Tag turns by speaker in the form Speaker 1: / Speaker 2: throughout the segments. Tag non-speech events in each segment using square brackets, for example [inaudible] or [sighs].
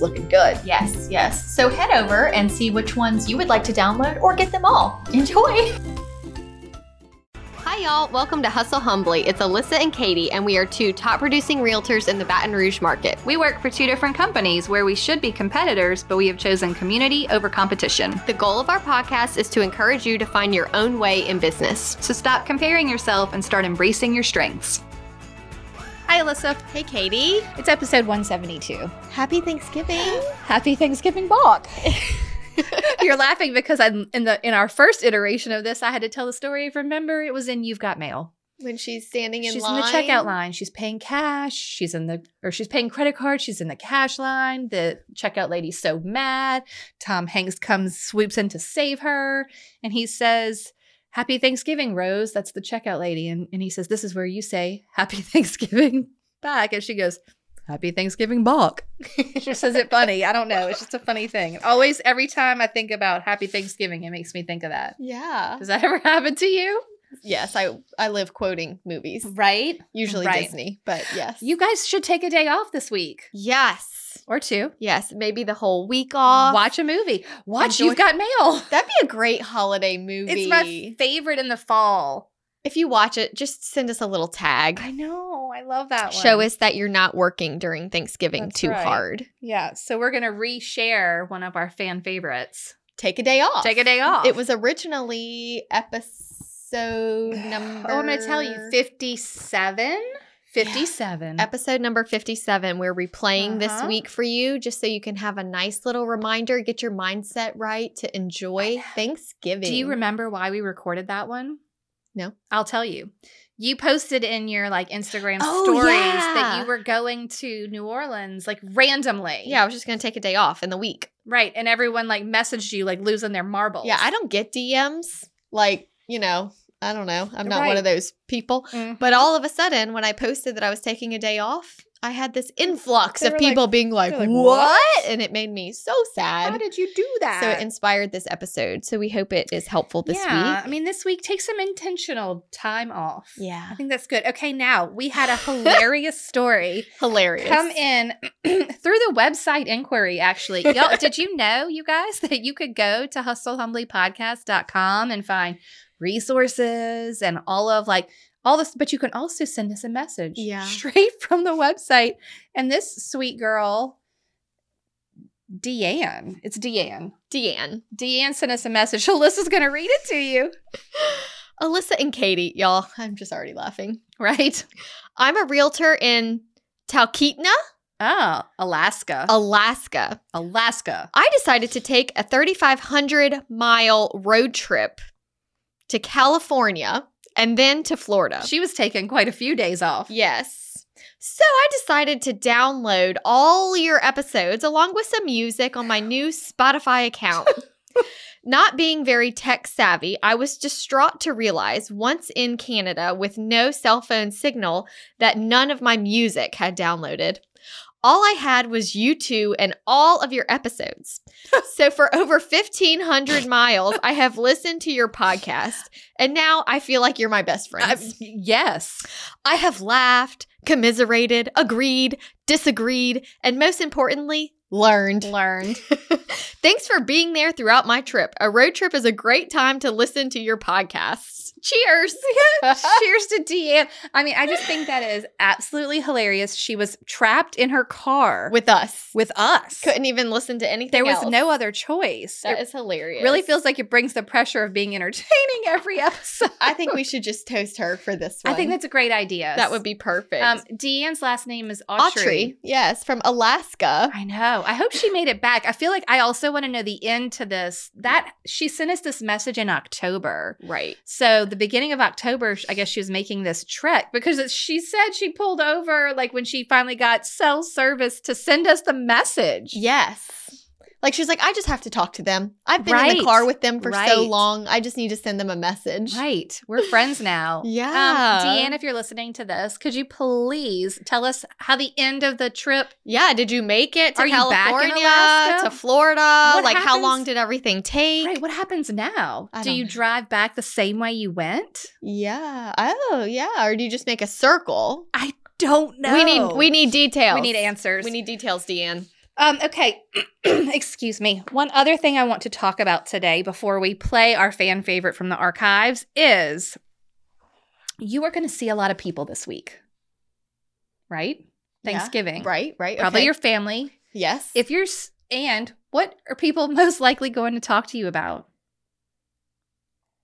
Speaker 1: looking good.
Speaker 2: Yes, yes. So head over and see which ones you would like to download or get them all. Enjoy.
Speaker 3: Hi, y'all. Welcome to Hustle Humbly. It's Alyssa and Katie, and we are two top producing realtors in the Baton Rouge market.
Speaker 4: We work for two different companies where we should be competitors, but we have chosen community over competition.
Speaker 3: The goal of our podcast is to encourage you to find your own way in business.
Speaker 4: So stop comparing yourself and start embracing your strengths.
Speaker 1: Hi, Alyssa.
Speaker 3: Hey, Katie.
Speaker 1: It's episode 172.
Speaker 3: Happy Thanksgiving.
Speaker 1: Happy
Speaker 3: [laughs]
Speaker 1: Thanksgiving Balk. [laughs] You're laughing because I in the in our first iteration of this, I had to tell the story. Remember, it was in You've Got Mail.
Speaker 3: When she's standing in
Speaker 1: she's
Speaker 3: line.
Speaker 1: in the checkout line. She's paying cash. She's in the or she's paying credit card. She's in the cash line. The checkout lady's so mad. Tom Hanks comes swoops in to save her, and he says, "Happy Thanksgiving, Rose." That's the checkout lady, and and he says, "This is where you say Happy [laughs] Thanksgiving back," and she goes. Happy Thanksgiving, Balk. [laughs] she says it funny. I don't know. It's just a funny thing. And Always, every time I think about Happy Thanksgiving, it makes me think of that.
Speaker 3: Yeah.
Speaker 1: Does that ever [laughs] happen to you?
Speaker 3: Yes, I I live quoting movies,
Speaker 1: Right.
Speaker 3: usually
Speaker 1: Right.
Speaker 3: Disney, but yes.
Speaker 1: You guys should take a day off this week.
Speaker 3: Yes.
Speaker 1: or two.
Speaker 3: Yes, maybe the whole week off.
Speaker 1: Watch a movie. Watch
Speaker 3: Enjoy-
Speaker 1: You've
Speaker 3: [laughs]
Speaker 1: Got Mail.
Speaker 3: That'd be a great holiday movie.
Speaker 1: It's my favorite in the fall.
Speaker 3: if you watch it, just send us a little tag.
Speaker 1: I know. I love that one.
Speaker 3: Show us that you're not working during Thanksgiving
Speaker 1: That's
Speaker 3: too
Speaker 1: right.
Speaker 3: hard.
Speaker 1: Yeah. So we're going to reshare one of our fan favorites.
Speaker 3: Take a day off.
Speaker 1: Take a day off.
Speaker 3: It was originally episode number.
Speaker 1: [sighs] Oh, I'm going to tell you 57. 57.
Speaker 3: Episode number 57. We're replaying this
Speaker 1: Uh-huh.
Speaker 3: week for you just so you can have a nice little reminder, get your mindset right to enjoy Thanksgiving.
Speaker 1: Do you remember why we recorded that one?
Speaker 3: No.
Speaker 1: I'll tell you. You posted in your like Instagram
Speaker 3: Oh,
Speaker 1: stories that
Speaker 3: yeah.
Speaker 1: you were going to New Orleans like randomly.
Speaker 3: Yeah, I was just going to take a day off in the week.
Speaker 1: Right. And everyone like messaged you like losing their marbles.
Speaker 3: Yeah, I don't get DMs. Like, you know, I don't know. I'm not one
Speaker 1: Right.
Speaker 3: of those people.
Speaker 1: Mm.
Speaker 3: But all of a sudden, when I posted that I was taking a day off, I had this influx
Speaker 1: They
Speaker 3: of
Speaker 1: were like-
Speaker 3: people being like,
Speaker 1: they're like,
Speaker 3: what? And it made me so
Speaker 1: How
Speaker 3: sad.
Speaker 1: did you do that?
Speaker 3: So it inspired this episode. So we hope it is helpful this
Speaker 1: yeah, I
Speaker 3: week.
Speaker 1: mean, this week take some intentional time off.
Speaker 3: Yeah.
Speaker 1: I think that's good. Okay, now we had a
Speaker 3: [laughs]
Speaker 1: hilarious story
Speaker 3: Hilarious.
Speaker 1: come in [clears throat] through the website inquiry, actually. Y'all, did you know, you guys, that you could go to hustlehumblypodcast.com and find resources and all of like all this, but you can also send us a message
Speaker 3: Yeah.
Speaker 1: straight [laughs] from the website. And this sweet girl, Deanne, it's Deanne.
Speaker 3: Deanne.
Speaker 1: Deanne sent us a message. [laughs] Alyssa's going to read it to you.
Speaker 3: Alyssa and Katie, y'all. I'm just already laughing.
Speaker 1: Right?
Speaker 3: I'm a realtor in Talkeetna,
Speaker 1: Oh, Alaska.
Speaker 3: Alaska.
Speaker 1: Alaska.
Speaker 3: I decided to take a 3,500 mile road trip to California and then to Florida.
Speaker 1: She was taking quite a few days off.
Speaker 3: Yes. So I decided to download all your episodes along with some music on my new Spotify account. Not being very tech savvy, I was distraught to realize once in Canada with no cell phone signal that none of my music had downloaded. All I had was you two and all of your episodes. so for over 1,500 miles, I have listened to your podcast, and now I feel like you're my best friend.
Speaker 1: I- yes.
Speaker 3: I have laughed, commiserated, agreed, disagreed, and most importantly, learned.
Speaker 1: [laughs] Learned.
Speaker 3: Thanks for being there throughout my trip. A road trip is a great time to listen to your podcasts.
Speaker 1: [laughs]
Speaker 3: Cheers.
Speaker 1: Cheers to Deanne. I mean, I just think that is absolutely hilarious. She was trapped in her car
Speaker 3: With us.
Speaker 1: with us.
Speaker 3: Couldn't even listen to anything.
Speaker 1: there was
Speaker 3: else.
Speaker 1: no other choice.
Speaker 3: That
Speaker 1: it
Speaker 3: is hilarious.
Speaker 1: really feels like it brings the pressure of being entertaining every [laughs] episode.
Speaker 3: I think we should just toast her for this one.
Speaker 1: I think that's a great idea.
Speaker 3: that would be perfect.
Speaker 1: Um, Deanne's last name is Autry.
Speaker 3: Autry. Yes, from Alaska.
Speaker 1: I know. I hope she made it back. I feel like I also still want to know the end to this. That she sent us this message in October.
Speaker 3: Right.
Speaker 1: So the beginning of October, sh- I guess she was making this trek because it- she said she pulled over like when she finally got cell service to send us the message.
Speaker 3: Yes. Like she's like, I just have to talk to them. I've been in
Speaker 1: Right.
Speaker 3: the car with them for so
Speaker 1: Right.
Speaker 3: long. I just need to send them a message.
Speaker 1: Right. We're friends now. Um,
Speaker 3: Yeah.
Speaker 1: Deanne, if you're listening to this, could you please tell us how the end of the trip?
Speaker 3: Yeah. Did you make it to
Speaker 1: Are you back in
Speaker 3: California?
Speaker 1: Alaska?
Speaker 3: To Florida?
Speaker 1: What
Speaker 3: like how
Speaker 1: happens-
Speaker 3: long did everything take?
Speaker 1: Right, what happens now?
Speaker 3: I
Speaker 1: Do
Speaker 3: don't
Speaker 1: you
Speaker 3: know.
Speaker 1: drive back the same way you went?
Speaker 3: Yeah. Oh, yeah. Or do you just make a circle?
Speaker 1: Don't know.
Speaker 3: We need we need details.
Speaker 1: we need answers.
Speaker 3: We need details, Deanne.
Speaker 1: Um, okay, [clears throat] excuse me. One other thing I want to talk about today before we play our fan favorite from the archives is you are going to see a lot of people this week, right?
Speaker 3: Yeah,
Speaker 1: Thanksgiving,
Speaker 3: Right, right.
Speaker 1: Probably
Speaker 3: okay.
Speaker 1: your family.
Speaker 3: Yes.
Speaker 1: If you're s- and what are people [laughs] most likely going to talk to you about?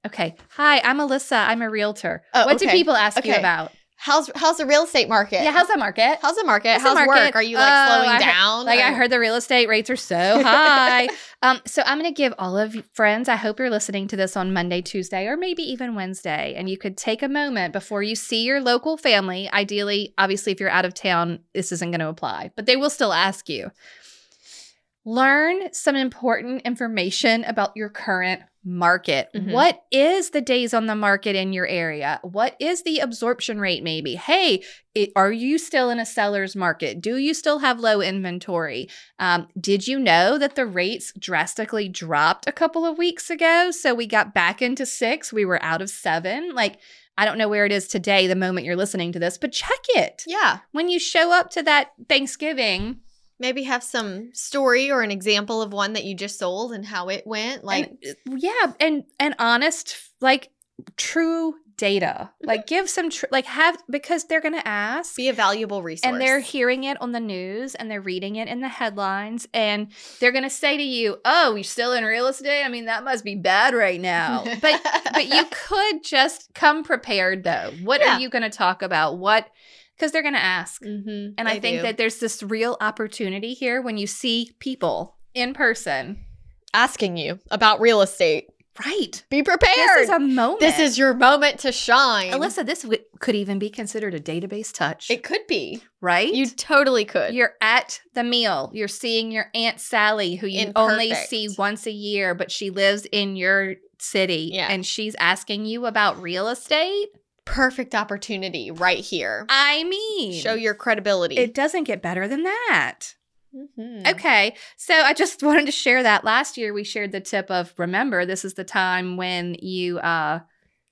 Speaker 1: Okay. Hi, I'm Alyssa. I'm a realtor.
Speaker 3: Oh,
Speaker 1: what do
Speaker 3: okay,
Speaker 1: people ask you
Speaker 3: okay.
Speaker 1: about?
Speaker 3: how's how's the real estate market?
Speaker 1: Yeah, how's that market?
Speaker 3: how's the market?
Speaker 1: how's
Speaker 3: How's,
Speaker 1: the market?
Speaker 3: work? Are you like
Speaker 1: Oh,
Speaker 3: slowing
Speaker 1: I heard-
Speaker 3: down?
Speaker 1: Like I
Speaker 3: Or-
Speaker 1: heard the real estate rates are [laughs] so high. um, so I'm going to give all of you friends. I hope you're listening to this on Monday, Tuesday, or maybe even Wednesday, and you could take a moment before you see your local family. Ideally, obviously, if you're out of town, this isn't going to apply, but they will still ask you. Learn some important information about your current market.
Speaker 3: Mhm.
Speaker 1: What is the days on the market in your area? What is the absorption rate, maybe? Hey, it, are you still in a seller's market? Do you still have low inventory? Um, did you know that the rates drastically dropped a couple of weeks ago? So we got back into six, we were out of seven. Like, I don't know where it is today, the moment you're listening to this, but check it.
Speaker 3: Yeah.
Speaker 1: When you show up to that Thanksgiving,
Speaker 3: Maybe have some story or an example of one that you just sold and how it went. Like
Speaker 1: and, yeah and and honest like true data
Speaker 3: Mm-hmm.
Speaker 1: like give some tr- like have because they're gonna ask
Speaker 3: be a valuable resource.
Speaker 1: and they're hearing it on the news and they're reading it in the headlines and they're going to say to you, "Oh, you're still in real estate? I mean, that must be bad
Speaker 3: [laughs]
Speaker 1: right now." But but you could just come prepared though. What
Speaker 3: Yeah.
Speaker 1: are you going to talk about? What cuz they're going to ask.
Speaker 3: Mhm,
Speaker 1: And I
Speaker 3: they
Speaker 1: think
Speaker 3: do.
Speaker 1: that there's this real opportunity here when you see people in person.
Speaker 3: asking you about real estate.
Speaker 1: Right.
Speaker 3: Be prepared.
Speaker 1: This is a moment.
Speaker 3: This is your moment to shine.
Speaker 1: Alyssa. This w- could even be considered a database touch,
Speaker 3: It could be.
Speaker 1: right?
Speaker 3: You totally could.
Speaker 1: You're at the meal. You're seeing your aunt Sally, who you
Speaker 3: In
Speaker 1: only
Speaker 3: perfect.
Speaker 1: see once a year, but she lives in your city,
Speaker 3: Yeah.
Speaker 1: and she's asking you about real estate.
Speaker 3: Perfect opportunity right here.
Speaker 1: I mean,
Speaker 3: Show your credibility.
Speaker 1: it doesn't get better than that.
Speaker 3: Mhm.
Speaker 1: Okay. So I just [laughs] wanted to share that. Last year we shared the tip of remember, this is the time when you uh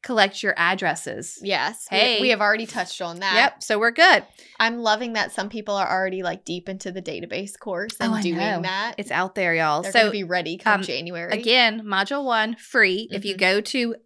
Speaker 1: collect your addresses.
Speaker 3: Yes. we-
Speaker 1: Hey.
Speaker 3: We, have already touched on that.
Speaker 1: Yep. So we're good.
Speaker 3: I'm loving that some people are already like deep into the database course and
Speaker 1: Oh, I
Speaker 3: doing
Speaker 1: know.
Speaker 3: that.
Speaker 1: It's out there, y'all.
Speaker 3: They're
Speaker 1: so
Speaker 3: going to be ready come
Speaker 1: um,
Speaker 3: January.
Speaker 1: Again, module one free. If you
Speaker 3: Mhm.
Speaker 1: go to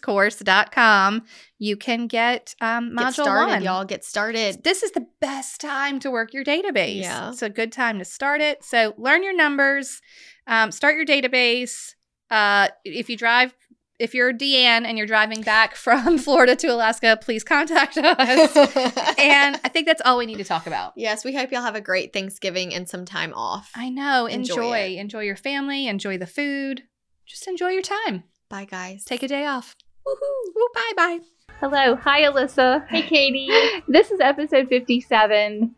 Speaker 1: thedatabasecourse.com, you can get um, module
Speaker 3: get started,
Speaker 1: one.
Speaker 3: y'all. Get started.
Speaker 1: This is the best time to work your database.
Speaker 3: Yeah.
Speaker 1: It's a good time to start it. So learn your numbers, um, start your database. Uh, if you drive, if you're Deanne and you're driving back [laughs] from Florida to Alaska, please contact us. [laughs]
Speaker 3: [laughs]
Speaker 1: and I think that's all we need to talk about.
Speaker 3: yes, we hope y'all have a great Thanksgiving and some time off.
Speaker 1: I know.
Speaker 3: Enjoy
Speaker 1: Enjoy.
Speaker 3: it.
Speaker 1: Enjoy your family. Enjoy the food. Just enjoy your time.
Speaker 3: Bye, guys.
Speaker 1: Take a day off. Woohoo. Woo, bye bye.
Speaker 5: Hello. Hi, Alyssa.
Speaker 6: Hey, Katie.
Speaker 5: [laughs] This is episode 57.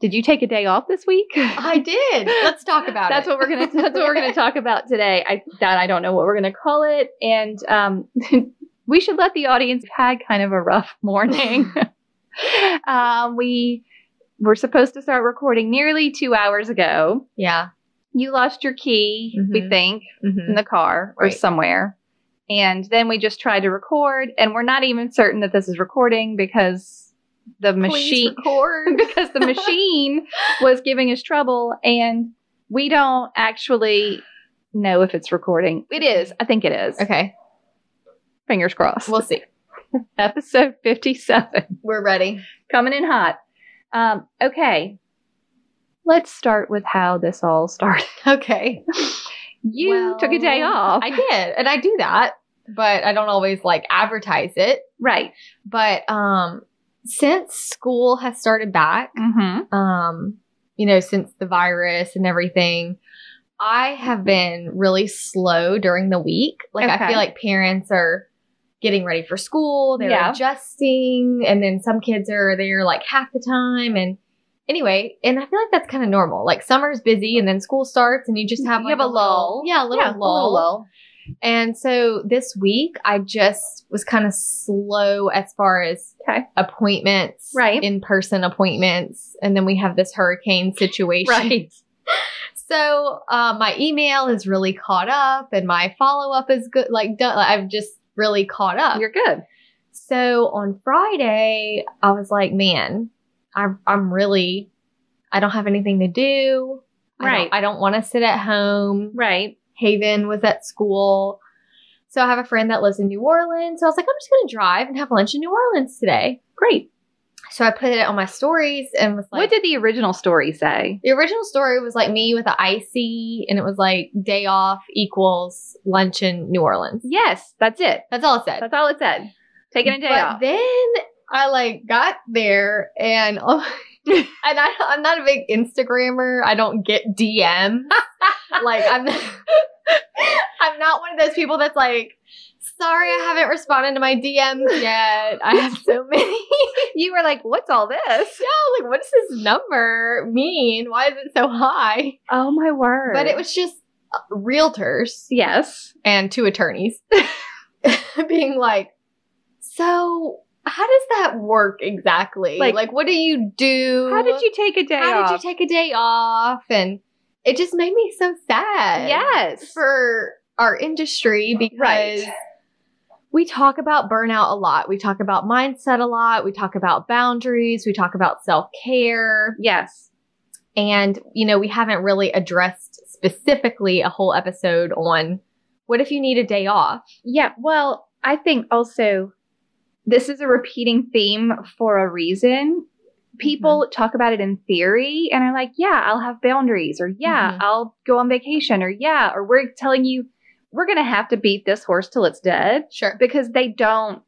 Speaker 5: Did you take a day off this week?
Speaker 3: I did. Let's talk about
Speaker 5: that's
Speaker 3: it.
Speaker 5: what we're gonna that's what we're
Speaker 3: [laughs]
Speaker 5: gonna talk about today i that i don't know what we're gonna call it and um [laughs] we should let the audience had kind of a rough morning um we were supposed to start recording nearly two hours ago
Speaker 3: yeah.
Speaker 5: you lost your key we
Speaker 3: Mhm.
Speaker 5: think in the car or
Speaker 3: Right.
Speaker 5: somewhere and then we just tried to record and we're not even certain that this is recording because the machine [laughs]
Speaker 3: record.
Speaker 5: because the machine was giving us trouble and we don't actually know if it's recording. It is. I think it is.
Speaker 3: [laughs] Okay.
Speaker 5: Fingers crossed.
Speaker 3: We'll see.
Speaker 5: Episode 57
Speaker 3: We're ready.
Speaker 5: [laughs] coming in hot. Um, okay. Let's start with how this all started. [laughs]
Speaker 3: Okay.
Speaker 5: You took a day
Speaker 3: Well,
Speaker 5: off.
Speaker 3: I did. And I do that, but I don't always like advertise it.
Speaker 5: right.
Speaker 3: But um since school has started back,
Speaker 5: Mm-hmm.
Speaker 3: um you know, since the virus and everything, I have been really slow during the week. Like, I
Speaker 1: Okay.
Speaker 3: feel like parents are getting ready for school, they're
Speaker 1: Yeah.
Speaker 3: adjusting, and then some kids are there like half the time. And anyway, and I feel like that's kind of normal. Like, summer's busy, and then school starts, and you just have
Speaker 1: You
Speaker 3: like
Speaker 1: have a lull.
Speaker 3: Yeah, a little
Speaker 1: Yeah, a little
Speaker 3: lull.
Speaker 1: lull.
Speaker 3: And so this week, I just was kind of slow as far as
Speaker 1: Okay.
Speaker 3: appointments,
Speaker 1: Right.
Speaker 3: In person appointments, and then we have this hurricane situation.
Speaker 1: Right.
Speaker 3: [laughs] So uh, my email is really caught up, and my follow up is good. Like done. Like, I've just really caught up.
Speaker 1: You're good.
Speaker 3: so on Friday, I was like, man, I'm I'm really, I don't have anything to do. I don't-
Speaker 1: Right.
Speaker 3: I don't want to sit at home.
Speaker 1: Right.
Speaker 3: Haven was at school. So I have a friend that lives in New Orleans. So I was like, I'm just going to drive and have lunch in New Orleans today.
Speaker 1: Great.
Speaker 3: So I put it on my stories and was like,
Speaker 1: what did the original story say?
Speaker 3: the original story was like me with an icy, and it was like day off equals lunch in New Orleans.
Speaker 1: Yes, that's it.
Speaker 3: That's all it said.
Speaker 1: That's all it said. Taking a day
Speaker 3: but
Speaker 1: off.
Speaker 3: then I like got there and oh, and I, I'm not a big Instagrammer. I don't get DM. like I'm I'm not one of those people that's like, sorry, I haven't responded to my DMs yet. I have so many. [laughs]
Speaker 1: you were like, "What's all this?"
Speaker 3: yeah, like what does this number mean? Why is it so high?
Speaker 1: Oh my word!
Speaker 3: But it was just uh, realtors
Speaker 1: yes.
Speaker 3: and two attorneys [laughs] being like, so how does that work exactly?
Speaker 1: Like-
Speaker 3: Like, what do you do?
Speaker 1: How did you take a day
Speaker 3: How
Speaker 1: off?
Speaker 3: did you take a day off? And it just made me so sad.
Speaker 1: yes.
Speaker 3: For our industry because
Speaker 1: Right.
Speaker 3: we talk about burnout a lot. We talk about mindset a lot. We talk about boundaries. We talk about self care.
Speaker 1: yes.
Speaker 3: And, you know, we haven't really addressed specifically a whole episode on what if you need a day off?
Speaker 1: Yeah. Well, I think also this is a repeating theme for a reason. People talk about it in theory and are like, yeah, I'll have boundaries, or yeah,
Speaker 3: Mhm.
Speaker 1: I'll go on vacation, or yeah, or we're telling you we're going to have to beat this horse till it's dead
Speaker 3: Sure.
Speaker 1: because they don't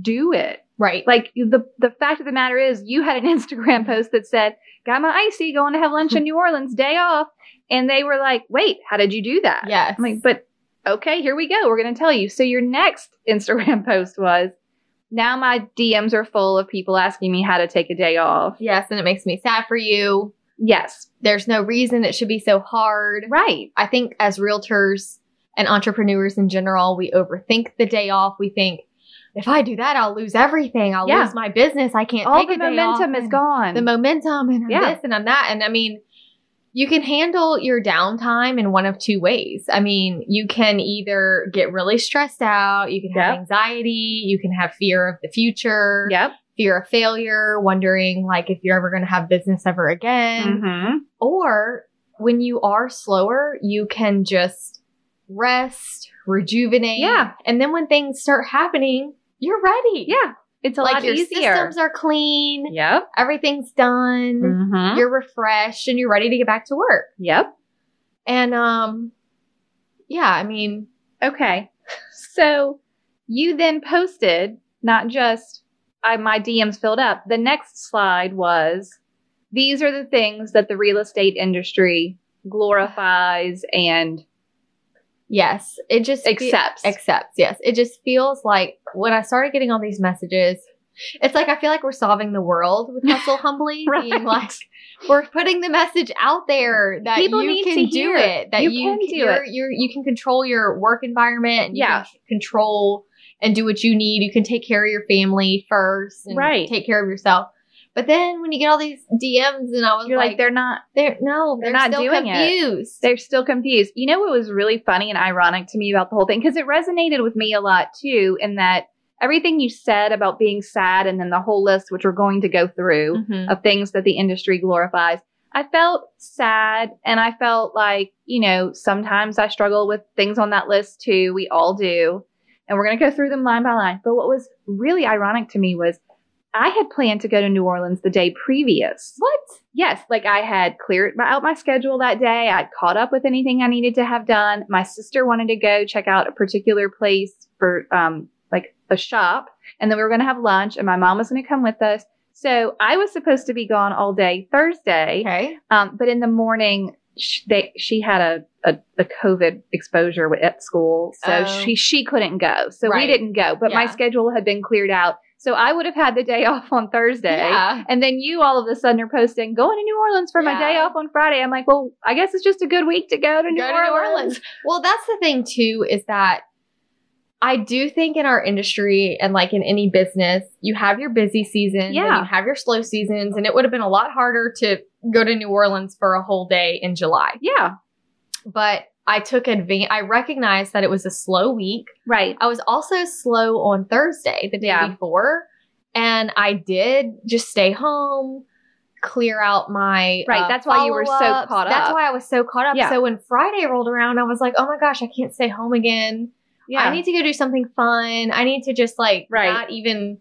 Speaker 1: do it.
Speaker 3: Right.
Speaker 1: Like the the fact of the matter is, you had an [laughs] Instagram post that said, "Got my icy, going to have lunch in New Orleans, day off," and they were like, "Wait, how did you do that?"
Speaker 3: Yes.
Speaker 1: I'm like, "But okay, here we go. We're going to tell you." So your next [laughs] Instagram post was, "Now my DMs are full of people asking me how to take a day off."
Speaker 3: yes, and it makes me sad for you.
Speaker 1: Yes,
Speaker 3: There's no reason it should be so hard.
Speaker 1: right,
Speaker 3: I think as realtors and entrepreneurs in general, we overthink the day off. We think if I do that, I'll lose everything. I'll
Speaker 1: Yeah.
Speaker 3: lose my business. I can't.
Speaker 1: all
Speaker 3: take
Speaker 1: the
Speaker 3: a day off
Speaker 1: momentum is
Speaker 3: and
Speaker 1: gone.
Speaker 3: The momentum and I'm
Speaker 1: Yeah.
Speaker 3: this and I'm that. And I mean, you can handle your downtime in one of two ways. I mean, you can either get really stressed out. You can have
Speaker 1: Yep.
Speaker 3: anxiety. You can have fear of the future.
Speaker 1: yep.
Speaker 3: fear of failure, wondering like if you're ever going to have business ever again.
Speaker 1: Mm-hmm.
Speaker 3: Or when you are slower, you can just rest, rejuvenate.
Speaker 1: Yeah.
Speaker 3: And then when things start happening, you're ready.
Speaker 1: Yeah, it's a
Speaker 3: like
Speaker 1: lot
Speaker 3: your
Speaker 1: easier.
Speaker 3: systems are clean,
Speaker 1: Yep.
Speaker 3: everything's done,
Speaker 1: Mm-hmm.
Speaker 3: you're refreshed and you're ready to get back to work.
Speaker 1: Yep.
Speaker 3: And um yeah, I mean,
Speaker 1: Okay. So you then posted not just I my DMs filled up. The next slide was these are the things that the real estate industry glorifies and
Speaker 3: yes, it just fe-
Speaker 1: accepts.
Speaker 3: accepts. Yes. It just feels like when I started getting all these messages, it's like I feel like we're solving the world
Speaker 1: [laughs]
Speaker 3: with Hustle Humbly.
Speaker 1: Right.
Speaker 3: Being like, we're putting the message out there that
Speaker 1: People
Speaker 3: you
Speaker 1: need
Speaker 3: can
Speaker 1: to
Speaker 3: do
Speaker 1: hear it.
Speaker 3: it. That
Speaker 1: You
Speaker 3: you,
Speaker 1: can do
Speaker 3: you're, You're, you can control your work environment. And
Speaker 1: Yeah.
Speaker 3: You can control and do what you need. You can take care of your family first. And
Speaker 1: Right.
Speaker 3: Take care of yourself. But then when you get all these DMs and I was
Speaker 1: you're like,
Speaker 3: like,
Speaker 1: they're not
Speaker 3: they're, no,
Speaker 1: they're
Speaker 3: they're,
Speaker 1: not
Speaker 3: still
Speaker 1: doing it.
Speaker 3: confused.
Speaker 1: they're still confused. You know what was really funny and ironic to me about the whole thing because it resonated with me a lot too in that everything you said about being sad and then the whole list which we're going to go through
Speaker 3: Mhm.
Speaker 1: of things that the industry glorifies. I felt sad and I felt like, you know, sometimes I struggle with things on that list too. We all do. And we're going to go through them line by line. But what was really ironic to me was I had planned to go to New Orleans the day previous. What? Yes. Like I had cleared my, out my schedule that day. I'd caught up with anything I needed to have done. My sister wanted to go check out a particular place for um, like a shop. And then we were going to have lunch and my mom was going to come with us. So I was supposed to be gone all day Thursday,
Speaker 3: Okay.
Speaker 1: um, but in the morning sh they, she had a, a, a COVID exposure wi- at school, so
Speaker 3: Oh.
Speaker 1: she she couldn't go. So
Speaker 3: Right.
Speaker 1: we didn't go, but my
Speaker 3: Yeah.
Speaker 1: schedule had been cleared out. So I would have had the day [laughs] off on Thursday.
Speaker 3: Yeah.
Speaker 1: And then you all of a sudden are posting going to New Orleans for my
Speaker 3: Yeah.
Speaker 1: day off on Friday. I'm like, well, I guess it's just a good week to go to, New,
Speaker 3: Go to
Speaker 1: Orleans.
Speaker 3: New Orleans. Well, that's the thing too is that I do think in our industry and like in any business, you have your busy seasons and
Speaker 1: Yeah.
Speaker 3: you have your slow seasons, and it would have been a lot harder to go to New Orleans for a whole day in July.
Speaker 1: Yeah,
Speaker 3: But I took advantage. I recognized that it was a slow week.
Speaker 1: right.
Speaker 3: I was also slow on Thursday, the day
Speaker 1: Yeah.
Speaker 3: before, and I did just stay home, clear out my uh,
Speaker 1: Right, that's why you were so
Speaker 3: follow-ups.
Speaker 1: caught
Speaker 3: That's
Speaker 1: up.
Speaker 3: why I was so caught up.
Speaker 1: Yeah.
Speaker 3: So when Friday rolled around, I was like, oh my gosh, I can't stay home again.
Speaker 1: Yeah,
Speaker 3: I need to go do something fun. I need to just like
Speaker 1: Right.
Speaker 3: not even.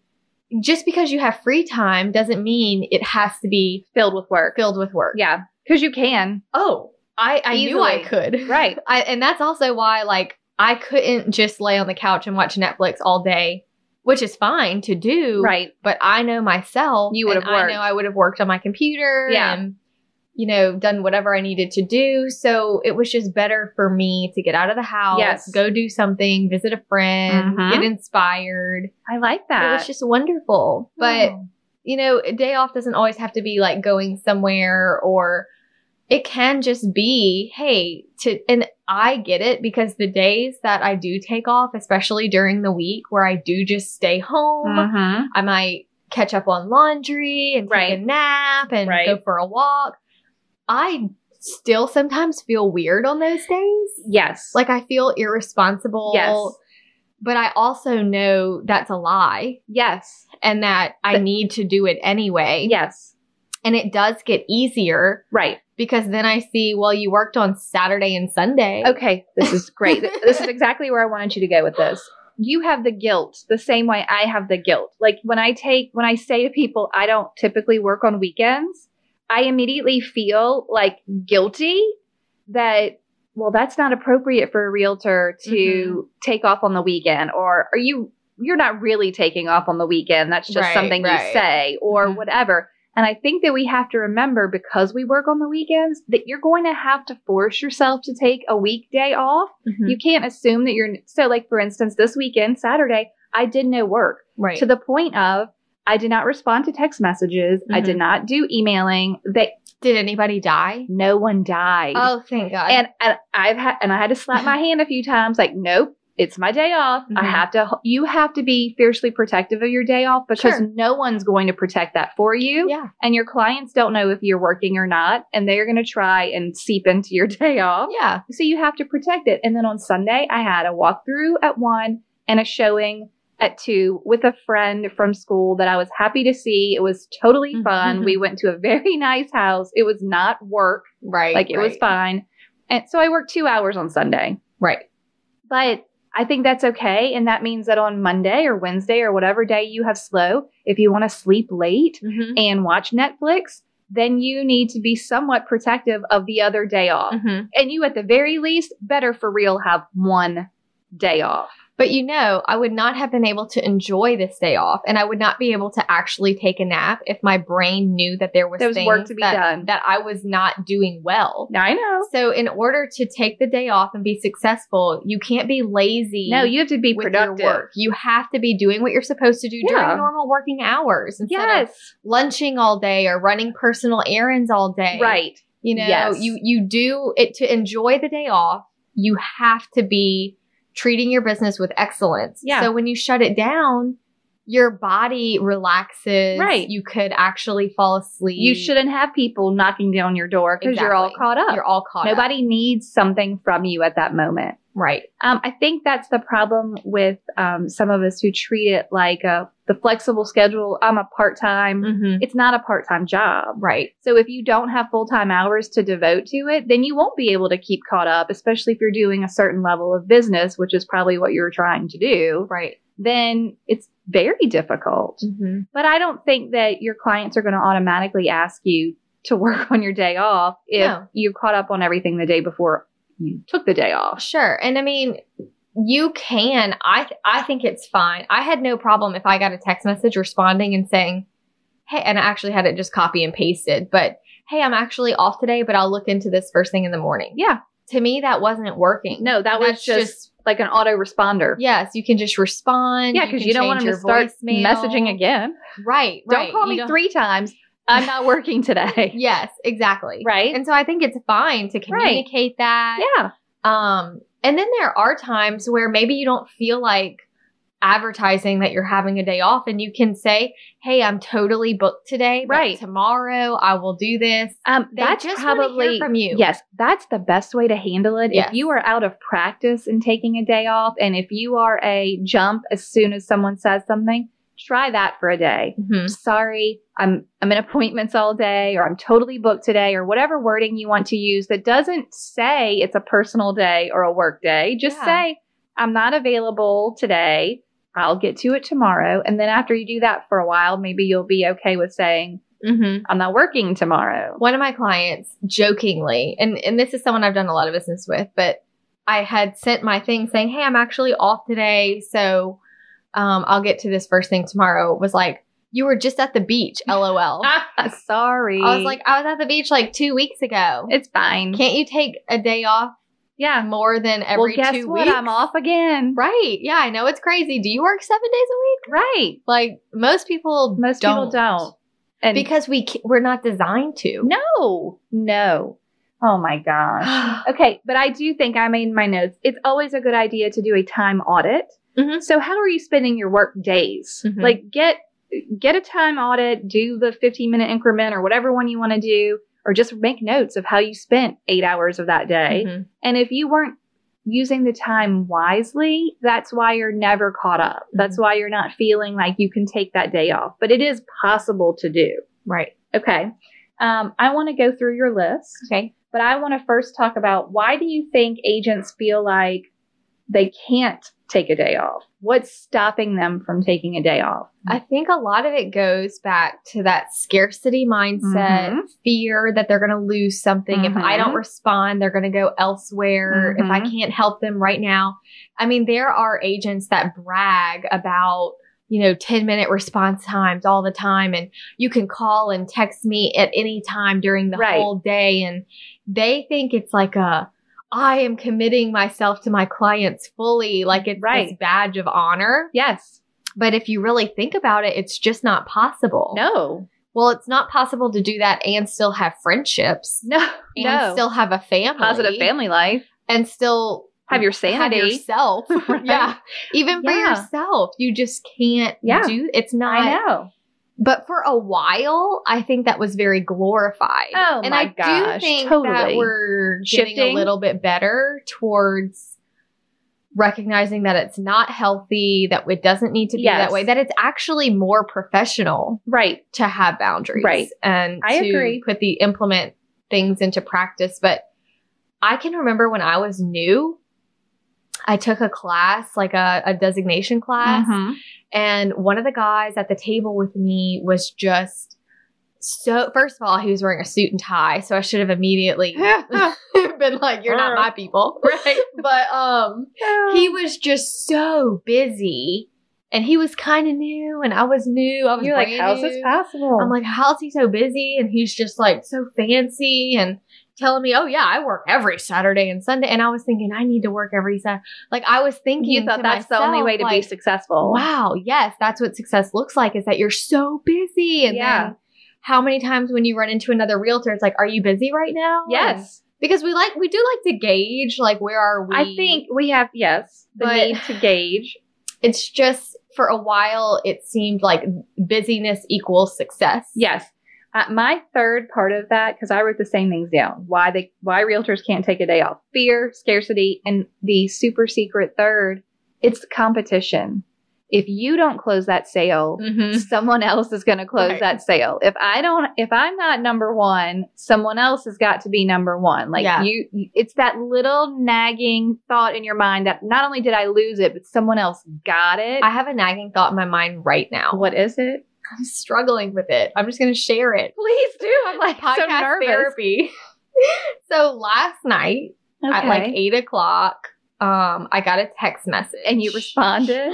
Speaker 3: Just because you have free time doesn't mean it has to be
Speaker 1: filled with work.
Speaker 3: filled with work.
Speaker 1: Yeah, because you can.
Speaker 3: Oh, I, I knew I
Speaker 1: Easily.
Speaker 3: could.
Speaker 1: Right.
Speaker 3: I, and that's also why like I couldn't just lay on the couch and watch Netflix all day, which is fine to do.
Speaker 1: Right.
Speaker 3: But I know myself.
Speaker 1: You would
Speaker 3: and
Speaker 1: have worked.
Speaker 3: I know I would have worked on my computer.
Speaker 1: Yeah.
Speaker 3: And, you know, done whatever I needed to do. So it was just better for me to get out of the house,
Speaker 1: Yes.
Speaker 3: go do something, visit a friend,
Speaker 1: Mhm.
Speaker 3: get inspired.
Speaker 1: I like
Speaker 3: It
Speaker 1: that.
Speaker 3: was just wonderful. But you know, a day off doesn't always have to be like going somewhere or it can just be, hey, to and I get it because the days that I do take off, especially during the week where I do just stay home,
Speaker 1: Mhm.
Speaker 3: I might catch up on laundry and take a
Speaker 1: Right.
Speaker 3: nap and
Speaker 1: Right.
Speaker 3: go for a walk. I still sometimes feel weird on those days.
Speaker 1: Yes.
Speaker 3: Like I feel irresponsible.
Speaker 1: Yes.
Speaker 3: But I also know that's a lie
Speaker 1: yes.
Speaker 3: and that I
Speaker 1: But-
Speaker 3: need to do it anyway.
Speaker 1: Yes.
Speaker 3: And it does get easier
Speaker 1: Right.
Speaker 3: because then I see, well, you worked on Saturday and Sunday.
Speaker 1: Okay, this is great. this is exactly where I wanted you to go with this. You have the guilt the same way I have the guilt. Like when I take, when I say to people, I don't typically work on weekends, I immediately feel like guilty that, well, that's not appropriate for a realtor to take off on the weekend. Or are you, you're not really taking off on the weekend. That's just
Speaker 3: Right,
Speaker 1: something
Speaker 3: right. Mm-hmm.
Speaker 1: you say or
Speaker 7: Mhm.
Speaker 1: whatever. And I think that we have to remember because we work on the weekends that you're going to have to force yourself to take a weekday off.
Speaker 3: Mhm.
Speaker 1: You can't assume that you're so like for instance this weekend Saturday I did no work
Speaker 3: Right.
Speaker 1: to the point of I did not respond to text messages. I
Speaker 3: Mm-hmm.
Speaker 1: did not do emailing. That
Speaker 3: Did anybody die?
Speaker 1: no one died.
Speaker 3: Oh, thank God.
Speaker 1: And, and I've had and I had to
Speaker 3: [laughs]
Speaker 1: slap my hand a few times like nope, it's my day off. I
Speaker 3: Mhm.
Speaker 1: have to you have to be fiercely protective of your day off because
Speaker 3: Sure.
Speaker 1: no one's going to protect that for you
Speaker 3: yeah.
Speaker 1: and your clients don't know if you're working or not, and they're going to try and seep into your [laughs] day off.
Speaker 3: Yeah.
Speaker 1: So you have to protect it. And then on Sunday, I had a walkthrough at one and a showing at two with a friend from school that I was happy to see. It was totally fun.
Speaker 3: Mhm.
Speaker 1: We went to a very [laughs] nice house. It was not work,
Speaker 3: Right.
Speaker 1: like it was
Speaker 3: right,
Speaker 1: fine. And so I worked two hours on Sunday,
Speaker 3: Right.
Speaker 1: but I think that's okay. And that means that on Monday or Wednesday or whatever day you have slow, if you want to sleep late,
Speaker 3: Mm-hmm.
Speaker 1: and watch Netflix, then you need to be somewhat protective of the other day off.
Speaker 3: Mm-hmm.
Speaker 1: And you, at the very least, better for real have one day off.
Speaker 3: But you know, I would not have been able to enjoy this day off, and I would not be able to actually take a nap if my brain knew that there was,
Speaker 1: There was work
Speaker 3: things
Speaker 1: to be
Speaker 3: that,
Speaker 1: done.
Speaker 3: that I was not doing well.
Speaker 1: Now I know.
Speaker 3: So, in order to take the day off and be successful, you can't be lazy.
Speaker 1: No, you have to be
Speaker 3: with
Speaker 1: productive.
Speaker 3: your work. You have to be doing what you're supposed to do
Speaker 1: Yeah.
Speaker 3: during normal working hours instead of
Speaker 1: Yes.
Speaker 3: lunching all day or running personal errands all day.
Speaker 1: Right.
Speaker 3: You know,
Speaker 1: Yes.
Speaker 3: you you do it to enjoy the day off. You have to be treating your business with excellence.
Speaker 1: Yeah.
Speaker 3: So when you shut it down, your body relaxes.
Speaker 1: Right.
Speaker 3: You could actually fall asleep.
Speaker 1: You shouldn't have people knocking down your door because you're all
Speaker 3: Exactly.
Speaker 1: caught up.
Speaker 3: You're all caught up.
Speaker 1: Nobody needs something from you at that moment.
Speaker 3: Right.
Speaker 1: Um, I think that's the problem with um, some of us who treat it like a, the flexible schedule. I'm a part time.
Speaker 3: Mm-hmm.
Speaker 1: It's not a part time job.
Speaker 3: Right.
Speaker 1: So if you don't have full time hours to devote to it, then you won't be able to keep caught up, especially if you're doing a certain level of business, which is probably what you're trying to do.
Speaker 3: Right.
Speaker 1: Then it's very difficult.
Speaker 3: Mm-hmm.
Speaker 1: But I don't think that your clients are going to automatically ask you to work on your day off if
Speaker 3: No.
Speaker 1: you caught up on everything the day before you took the day off.
Speaker 3: Sure. And I mean, you can. I th- I think it's fine. I had no problem if I got a text message responding and saying, hey, and I actually had it just copy and pasted, but hey, I'm actually off today, but I'll look into this first thing in the morning.
Speaker 1: Yeah.
Speaker 3: To me, that wasn't working.
Speaker 1: No, that was
Speaker 3: That's
Speaker 1: just, like an auto responder.
Speaker 3: yes, you can just respond.
Speaker 1: Yeah, because
Speaker 3: can
Speaker 1: you, don't want
Speaker 3: change
Speaker 1: them to
Speaker 3: your
Speaker 1: start
Speaker 3: voicemail.
Speaker 1: messaging again.
Speaker 3: Right, right.
Speaker 1: Don't call
Speaker 3: You
Speaker 1: me three times. I'm not working
Speaker 3: [laughs]
Speaker 1: today.
Speaker 3: Yes, exactly.
Speaker 1: Right?
Speaker 3: And so I think it's fine to communicate that.
Speaker 1: yeah.
Speaker 3: Um, and then there are times where maybe you don't feel like advertising that you're having a day off and you can say, Hey, I'm totally booked today. but
Speaker 1: Right.
Speaker 3: Tomorrow I will do this.
Speaker 1: Um,
Speaker 3: They
Speaker 1: that's
Speaker 3: just wanna hear
Speaker 1: probably
Speaker 3: from you.
Speaker 1: Yes, that's the best way to handle it.
Speaker 3: Yes.
Speaker 1: If you are out of practice in taking a day off, and if you are a jump as soon as someone says something, try that for a day.
Speaker 3: Mhm.
Speaker 1: Sorry, I'm I'm in appointments all day, or I'm totally booked today, or whatever wording you want to use that doesn't say it's a personal day or a work day. Just
Speaker 3: Yeah.
Speaker 1: say I'm not available today. I'll get to it tomorrow. And then after you do that for a while, maybe you'll be okay with saying,
Speaker 3: Mhm.
Speaker 1: I'm not
Speaker 3: [laughs]
Speaker 1: working tomorrow. [laughs]
Speaker 3: One of my clients jokingly, and, and this is someone I've done a lot of business with, but I had sent my thing saying, Hey, I'm actually off today. So um, I'll get to this first thing tomorrow. Was like, You were just at the
Speaker 1: [laughs]
Speaker 3: beach. LOL.
Speaker 1: Ah, sorry.
Speaker 3: I was like, I was at the beach like two weeks ago.
Speaker 1: it's fine.
Speaker 3: Can't you take a day off
Speaker 1: yeah.
Speaker 3: more than every
Speaker 1: well, guess
Speaker 3: two
Speaker 1: what?
Speaker 3: weeks?
Speaker 1: I'm off again.
Speaker 3: Right. Yeah, I know it's crazy. Do you work seven days a week?
Speaker 1: Right.
Speaker 3: Like most people,
Speaker 1: Most
Speaker 3: don't.
Speaker 1: people don't. And
Speaker 3: because we ca- we're not designed to.
Speaker 1: no, no. Oh my gosh.
Speaker 3: [sighs]
Speaker 1: Okay, but I do think I made my notes. It's always a good idea to do a time audit.
Speaker 3: Mhm.
Speaker 1: So how are you spending your work days?
Speaker 3: Mhm.
Speaker 1: Like get get a time audit, do the 15 minute increment or whatever one you want to do, or just make notes of how you spent eight hours of that day.
Speaker 3: Mhm.
Speaker 1: And if you weren't using the time wisely, that's why you're never caught up. That's why you're not feeling like you can take that day off. But it is possible to do.
Speaker 3: Right.
Speaker 1: Okay. Um, I want to go through your list,
Speaker 3: Okay.
Speaker 1: but I want to first talk about why do you think agents feel like they can't take a day off? What's stopping them from taking a day off?
Speaker 3: I think a lot of it goes back to that scarcity mindset,
Speaker 1: Mhm.
Speaker 3: fear that they're going to lose something. If I don't
Speaker 1: Mhm.
Speaker 3: respond, they're going to go elsewhere. If I
Speaker 1: Mhm.
Speaker 3: can't help them right now. I mean, there are agents that brag about, you know, 10 minute response times all the time. And you can call and text me at any time during the
Speaker 1: Right.
Speaker 3: whole day. And they think it's like a, I am committing myself to my clients fully, like it's this
Speaker 1: Right.
Speaker 3: badge of honor.
Speaker 1: Yes.
Speaker 3: But if you really think about it, it's just not possible.
Speaker 1: No.
Speaker 3: Well, it's not possible to do that and still have friendships
Speaker 1: No.
Speaker 3: and
Speaker 1: no.
Speaker 3: still have a family,
Speaker 1: positive family life.
Speaker 3: and still
Speaker 1: Have your
Speaker 3: have
Speaker 1: sanity.
Speaker 3: yourself. [laughs]
Speaker 1: [laughs] Right?
Speaker 3: Yeah, even for
Speaker 1: Yeah.
Speaker 3: yourself, you just can't
Speaker 1: Yeah.
Speaker 3: do. It's not.
Speaker 1: I know.
Speaker 3: But for a while, I think that was very glorified.
Speaker 1: Oh
Speaker 3: and
Speaker 1: my
Speaker 3: I
Speaker 1: gosh,
Speaker 3: do think that
Speaker 1: totally.
Speaker 3: we're getting
Speaker 1: Shifting.
Speaker 3: a little bit better towards recognizing that it's not healthy, that it doesn't need to be
Speaker 1: Yes.
Speaker 3: that way, that it's actually more professional
Speaker 1: Right.
Speaker 3: to have boundaries,
Speaker 1: Right.
Speaker 3: And
Speaker 1: I
Speaker 3: to
Speaker 1: agree.
Speaker 3: put the implement things into practice. But I can remember when I was new. I took a class, like a, a designation class, [laughs]
Speaker 1: Mhm.
Speaker 3: and one of the guys at the table with me was just so, first of all, he was wearing a suit and tie. So I should have immediately [laughs] been like, you're not my people.
Speaker 1: right.
Speaker 3: But um, he was just so busy and he was kind of new and I was new. I was
Speaker 1: You're like,
Speaker 3: brand
Speaker 1: how's
Speaker 3: new.
Speaker 1: this possible?
Speaker 3: I'm like, how's he so busy? And he's just like so fancy and telling me, oh yeah, I work every Saturday and Sunday. And I was thinking, I need to work every Saturday. Like I was thinking,
Speaker 1: you
Speaker 3: to
Speaker 1: thought that's the
Speaker 3: myself,
Speaker 1: only way to be
Speaker 3: like,
Speaker 1: successful.
Speaker 3: Wow, yes, that's what success looks like is that you're so busy. And
Speaker 1: Yeah.
Speaker 3: then how many times when you run into another realtor, it's like, are you busy right now? And-
Speaker 1: Yes.
Speaker 3: because we like we do like to gauge like where are we.
Speaker 1: I think we have, yes, the
Speaker 3: But-
Speaker 1: need to gauge.
Speaker 3: it's just for a while it seemed like busyness equals success.
Speaker 1: Yes. Uh, my third part of that, because I wrote the same things down, why they why realtors can't take a day off. Fear, scarcity, and the super secret third, it's competition. If you don't close that sale,
Speaker 3: Mhm.
Speaker 1: someone else is going to close
Speaker 3: Right.
Speaker 1: that sale. If I don't if I'm not number 1, someone else has got to be number 1. Like
Speaker 3: Yeah.
Speaker 1: you it's that little nagging thought in your mind that not only did I lose it, but someone else got it.
Speaker 3: I have a nagging thought in my mind right now. [laughs]
Speaker 1: what is it?
Speaker 3: I'm struggling with it. I'm just going to share it.
Speaker 1: Please do. I'm like so
Speaker 3: [laughs]
Speaker 1: nervous.
Speaker 3: therapy. so last night at like eight o'clock, um, I got a text message
Speaker 1: And you [laughs] responded.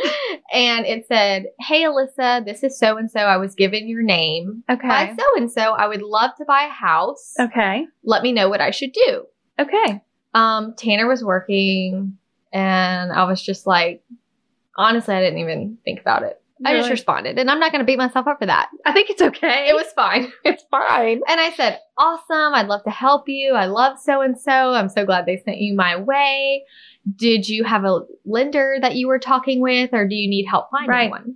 Speaker 3: and it said, "Hey Alyssa, this is so and so. I was given your name by
Speaker 1: Okay.
Speaker 3: so and so. I would love to buy a house.
Speaker 1: Okay.
Speaker 3: Let me know what I should do."
Speaker 1: Okay.
Speaker 3: Um, Tanner was working, and I was just like, honestly, I didn't even think about it. I just
Speaker 1: Really?
Speaker 3: responded, and I'm not going to beat myself up for that.
Speaker 1: I think it's okay. [laughs]
Speaker 3: It was fine. [laughs]
Speaker 1: it's fine.
Speaker 3: And I said, Awesome. I'd love to help you. I love so and so. I'm so glad they sent you my way. Did you have a lender that you were talking with, or do you need help finding
Speaker 1: Right.
Speaker 3: one?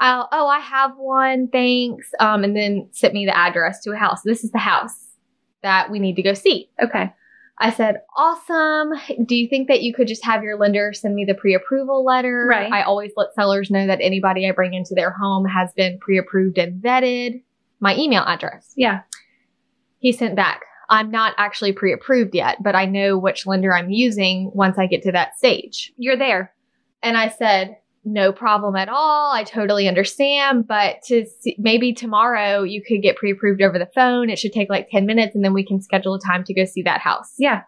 Speaker 3: I'll, oh, I have one. Thanks. Um, and then sent me the address to a house. This is the house that we need to go see.
Speaker 1: Okay.
Speaker 3: I said, Awesome. Do you think that you could just have your lender send me the pre approval letter?
Speaker 1: Right.
Speaker 3: I always let sellers know that anybody I bring into their home has been pre approved and vetted. My email address.
Speaker 1: Yeah.
Speaker 3: He sent back, I'm not actually pre approved yet, but I know which lender I'm using once I get to that stage.
Speaker 1: You're there. [laughs]
Speaker 3: And I said, no problem at all. I totally understand, but to see, maybe tomorrow you could get pre-approved over the phone. It should take like 10 minutes and then we can schedule a time to go see that house.
Speaker 1: Yeah.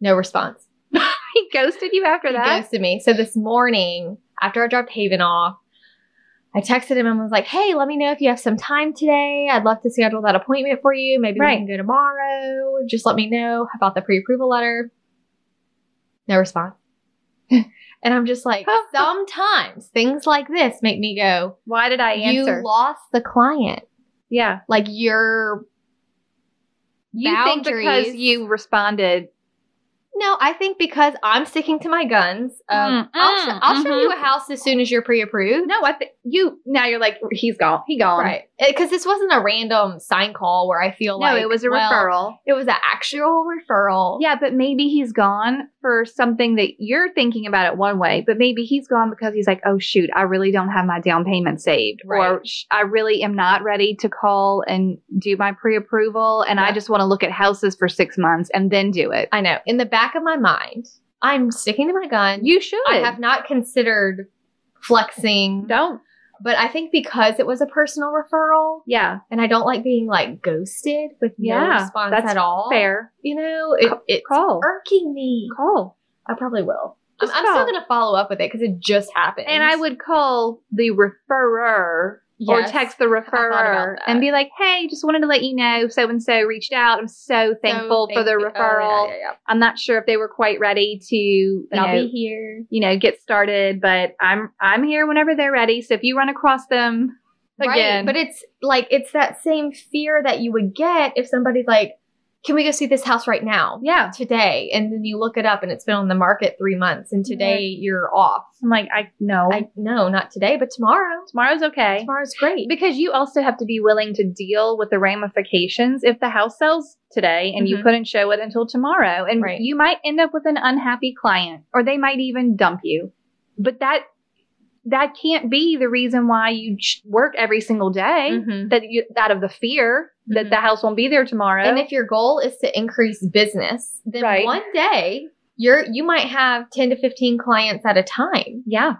Speaker 3: No response
Speaker 1: He ghosted you after
Speaker 3: he
Speaker 1: that.
Speaker 3: ghosted me. So this morning, after I dropped Haven off, I texted him and was like, "Hey, let me know if you have some time today. I'd love to schedule that appointment for you. Maybe
Speaker 1: Right.
Speaker 3: we can go tomorrow. Just let me know about the pre-approval letter." No response. [laughs] and I'm just
Speaker 1: [laughs]
Speaker 3: like, sometimes things like this make me go,
Speaker 1: Why did I
Speaker 3: "You lost the client.
Speaker 1: yeah.
Speaker 3: Like you're."
Speaker 1: You think because
Speaker 3: Boundaries.
Speaker 1: you responded.
Speaker 3: No, I think because I'm sticking to my guns. Um,
Speaker 1: Mm,
Speaker 3: I'll,
Speaker 1: mm,
Speaker 3: sh- I'll show
Speaker 1: mhm.
Speaker 3: you a house as soon as you're pre-approved.
Speaker 1: No, I think you now you're like he's gone. He gone.
Speaker 3: Right. Because this wasn't a random sign call where I feel
Speaker 1: No,
Speaker 3: like
Speaker 1: it was a
Speaker 3: well,
Speaker 1: referral.
Speaker 3: It was an actual referral.
Speaker 1: Yeah, but maybe he's gone for something that you're thinking about it one way, but maybe he's gone because he's like, oh, shoot, I really don't have my down payment saved, or
Speaker 3: Right.
Speaker 1: "Sh- I really am not ready to call and do my pre approval, and I
Speaker 3: Yeah.
Speaker 1: just want to look at houses for six months and then do it.
Speaker 3: I know. In the back of my mind, I'm sticking to my gun.
Speaker 1: You should.
Speaker 3: I have not considered flexing.
Speaker 1: don't.
Speaker 3: But I think because it was a personal referral
Speaker 1: Yeah,
Speaker 3: and I don't like being like ghosted with no
Speaker 1: Yeah,
Speaker 3: response
Speaker 1: that's
Speaker 3: at all.
Speaker 1: fair.
Speaker 3: You know, it,
Speaker 1: Ca-
Speaker 3: it's
Speaker 1: call.
Speaker 3: irking me.
Speaker 1: Call.
Speaker 3: I probably will. I'm,
Speaker 1: Just
Speaker 3: I'm still
Speaker 1: call.
Speaker 3: going to follow up with it because it just happened.
Speaker 1: And I would call the referrer or
Speaker 3: Yes.
Speaker 1: text the referrer
Speaker 3: that.
Speaker 1: and be like, hey, just wanted to let you know so and so reached out. I'm so
Speaker 3: So
Speaker 1: thankful for
Speaker 3: thank
Speaker 1: the
Speaker 3: you. Oh, yeah,
Speaker 1: referral.
Speaker 3: yeah, yeah.
Speaker 1: I'm not sure if they were quite ready to, you
Speaker 3: But I'll
Speaker 1: know,
Speaker 3: be here.
Speaker 1: you know, get started, but I'm I'm here whenever they're ready. So if you run across them
Speaker 3: Right.
Speaker 1: again,
Speaker 3: But it's like it's that same fear that you would get if somebody's like, Can we go see this house right now?
Speaker 1: yeah,
Speaker 3: Today. And then you look it up and it's been on the market three months and today you're off.
Speaker 1: I'm like I no,
Speaker 3: I no, not today, but tomorrow.
Speaker 1: tomorrow's okay.
Speaker 3: Tomorrow's great.
Speaker 1: Because you also have to be willing to deal with the ramifications if the house sells today and you
Speaker 3: Mhm.
Speaker 1: couldn't show it until tomorrow. And
Speaker 3: Right.
Speaker 1: you might end up with an unhappy client or they might even dump you. But that that can't be the reason why you ch- work every single day.
Speaker 3: Mhm.
Speaker 1: That you out of the fear that
Speaker 3: Mhm.
Speaker 1: the house won't be there tomorrow.
Speaker 3: And if your goal is to increase business, then
Speaker 1: Right.
Speaker 3: one day you're you might have 10 to 15 clients at a time
Speaker 1: yeah,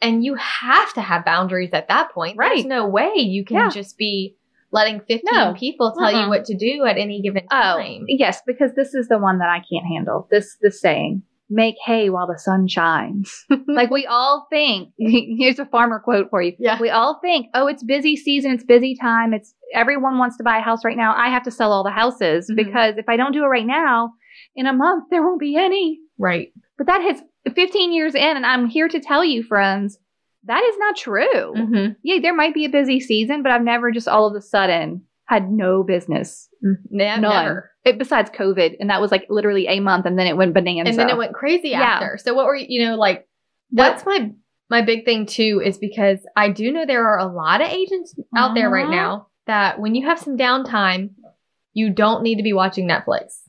Speaker 3: and you have to have boundaries at that point there's
Speaker 1: Right.
Speaker 3: no way you can
Speaker 1: Yeah.
Speaker 3: just be letting 15
Speaker 1: No.
Speaker 3: people tell
Speaker 1: Uh-uh.
Speaker 3: you what to do at any given
Speaker 1: Oh,
Speaker 3: time
Speaker 1: yes, because this is the one that I can't handle. This this saying, make hay while the sun
Speaker 3: [laughs]
Speaker 1: shines. like we all think, [laughs] here's a farmer quote for you.
Speaker 3: Yeah.
Speaker 1: We all think, oh, it's busy season, it's busy time, it's everyone wants to buy a house right now. I have to sell all the houses
Speaker 3: Mhm.
Speaker 1: because if I don't do it right now, in a month there won't be any.
Speaker 3: right
Speaker 1: But that has 15 years in and I'm here to tell you friends, that is not true.
Speaker 3: Mm-hmm.
Speaker 1: Yeah, there might be a busy season, but I've never just all of a sudden had no business
Speaker 3: Yeah,
Speaker 1: None.
Speaker 3: never.
Speaker 1: it, besides COVID, and that was like literally a month, and then it went bonanza.
Speaker 3: And, then it went crazy
Speaker 1: Yeah.
Speaker 3: after. So what were you you know like? That's my my big thing too is because I do know there are a lot of agents out there right
Speaker 1: Uh-huh.
Speaker 3: now that when you have some downtime, you don't need to be watching Netflix.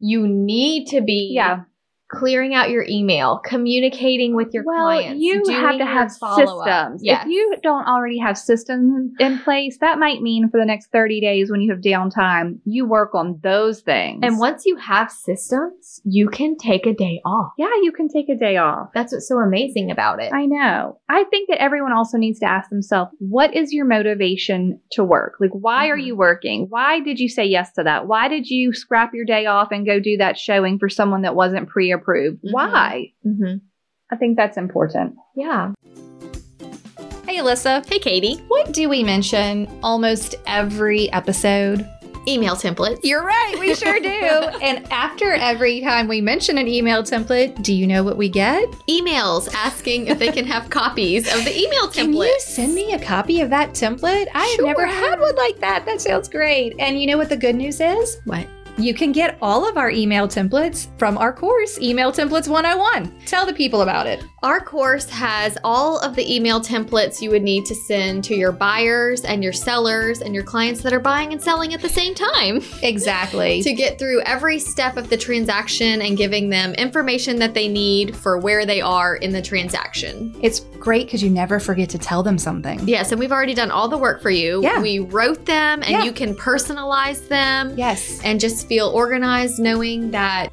Speaker 3: You need to be
Speaker 1: yeah.
Speaker 3: clearing out your email, communicating with your
Speaker 1: well,
Speaker 3: clients.
Speaker 1: you
Speaker 3: doing
Speaker 1: have to
Speaker 3: your
Speaker 1: have
Speaker 3: follow-up.
Speaker 1: systems.
Speaker 3: Yes.
Speaker 1: If you don't already have systems in place, that might mean for the next thirty days when you have downtime, you work on those things.
Speaker 3: and once you have systems, you can take a day off.
Speaker 1: yeah, you can take a day off.
Speaker 3: That's what's so amazing about it.
Speaker 1: I know. I think that everyone also needs to ask themselves, what is your motivation to work? Like, why are
Speaker 3: Mhm.
Speaker 1: you working? Why did you say yes to that? Why did you scrap your day off and go do that showing for someone that wasn't pre approved.
Speaker 3: Mhm.
Speaker 1: Why?
Speaker 3: Mhm.
Speaker 1: I think that's important.
Speaker 3: Yeah.
Speaker 7: Hey, Alyssa.
Speaker 8: Hey, Katie.
Speaker 7: What do we mention almost every episode?
Speaker 3: Email templates.
Speaker 7: You're right, we sure do. [laughs] and after every time we mention an email template, do you know what we get?
Speaker 3: emails asking if they can have copies of the email template.
Speaker 7: Can you send me a copy of that template? I have never
Speaker 3: Sure.
Speaker 7: had one like that. That sounds great. And you know what the good news is?
Speaker 3: What?
Speaker 7: You can get all of our email templates from our course, Email Templates 101. Tell the people about it.
Speaker 3: Our course has all of the email templates you would need to send to your buyers and your sellers and your clients that are buying and selling at the same time
Speaker 7: [laughs] Exactly.
Speaker 3: to get through every step of the transaction and giving them information that they need for where they are in the transaction.
Speaker 7: it's great because you never forget to tell them something.
Speaker 3: Yes, and we've already done all the work for you.
Speaker 7: Yeah.
Speaker 3: We wrote them and
Speaker 7: Yeah.
Speaker 3: you can personalize them
Speaker 7: Yes.
Speaker 3: and just feel organized knowing that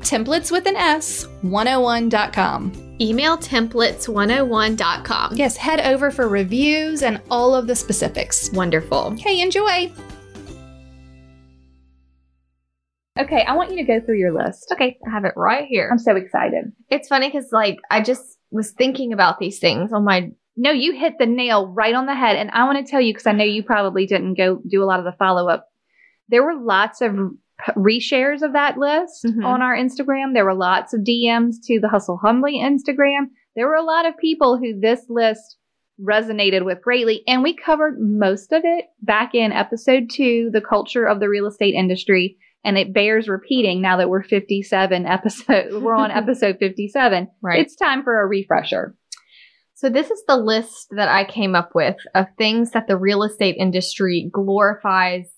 Speaker 7: templates with an S 101.com.
Speaker 3: emailtemplates101.com.
Speaker 7: Yes, head over for reviews and all of the specifics.
Speaker 3: Wonderful.
Speaker 7: Okay, enjoy.
Speaker 1: Okay, I want you to go through your list.
Speaker 3: Okay, I have it right here.
Speaker 1: I'm so excited.
Speaker 3: It's funny because, like, I just was thinking about these things on my.
Speaker 1: No, you hit the nail right on the head. And I want to tell you, because I know you probably didn't go do a lot of the follow up. There were lots of reshares of that list
Speaker 3: Mhm.
Speaker 1: on our Instagram. There were lots of DMs to the Hustle Humbly Instagram. There were a lot of people who this list resonated with greatly. And we covered most of it back in episode two, The Culture of the Real Estate Industry. And it bears repeating now that we're 57 episodes, we're on episode 57.
Speaker 3: Right.
Speaker 1: It's time for a refresher.
Speaker 3: so, this is the list that I came up with of things that the real estate industry glorifies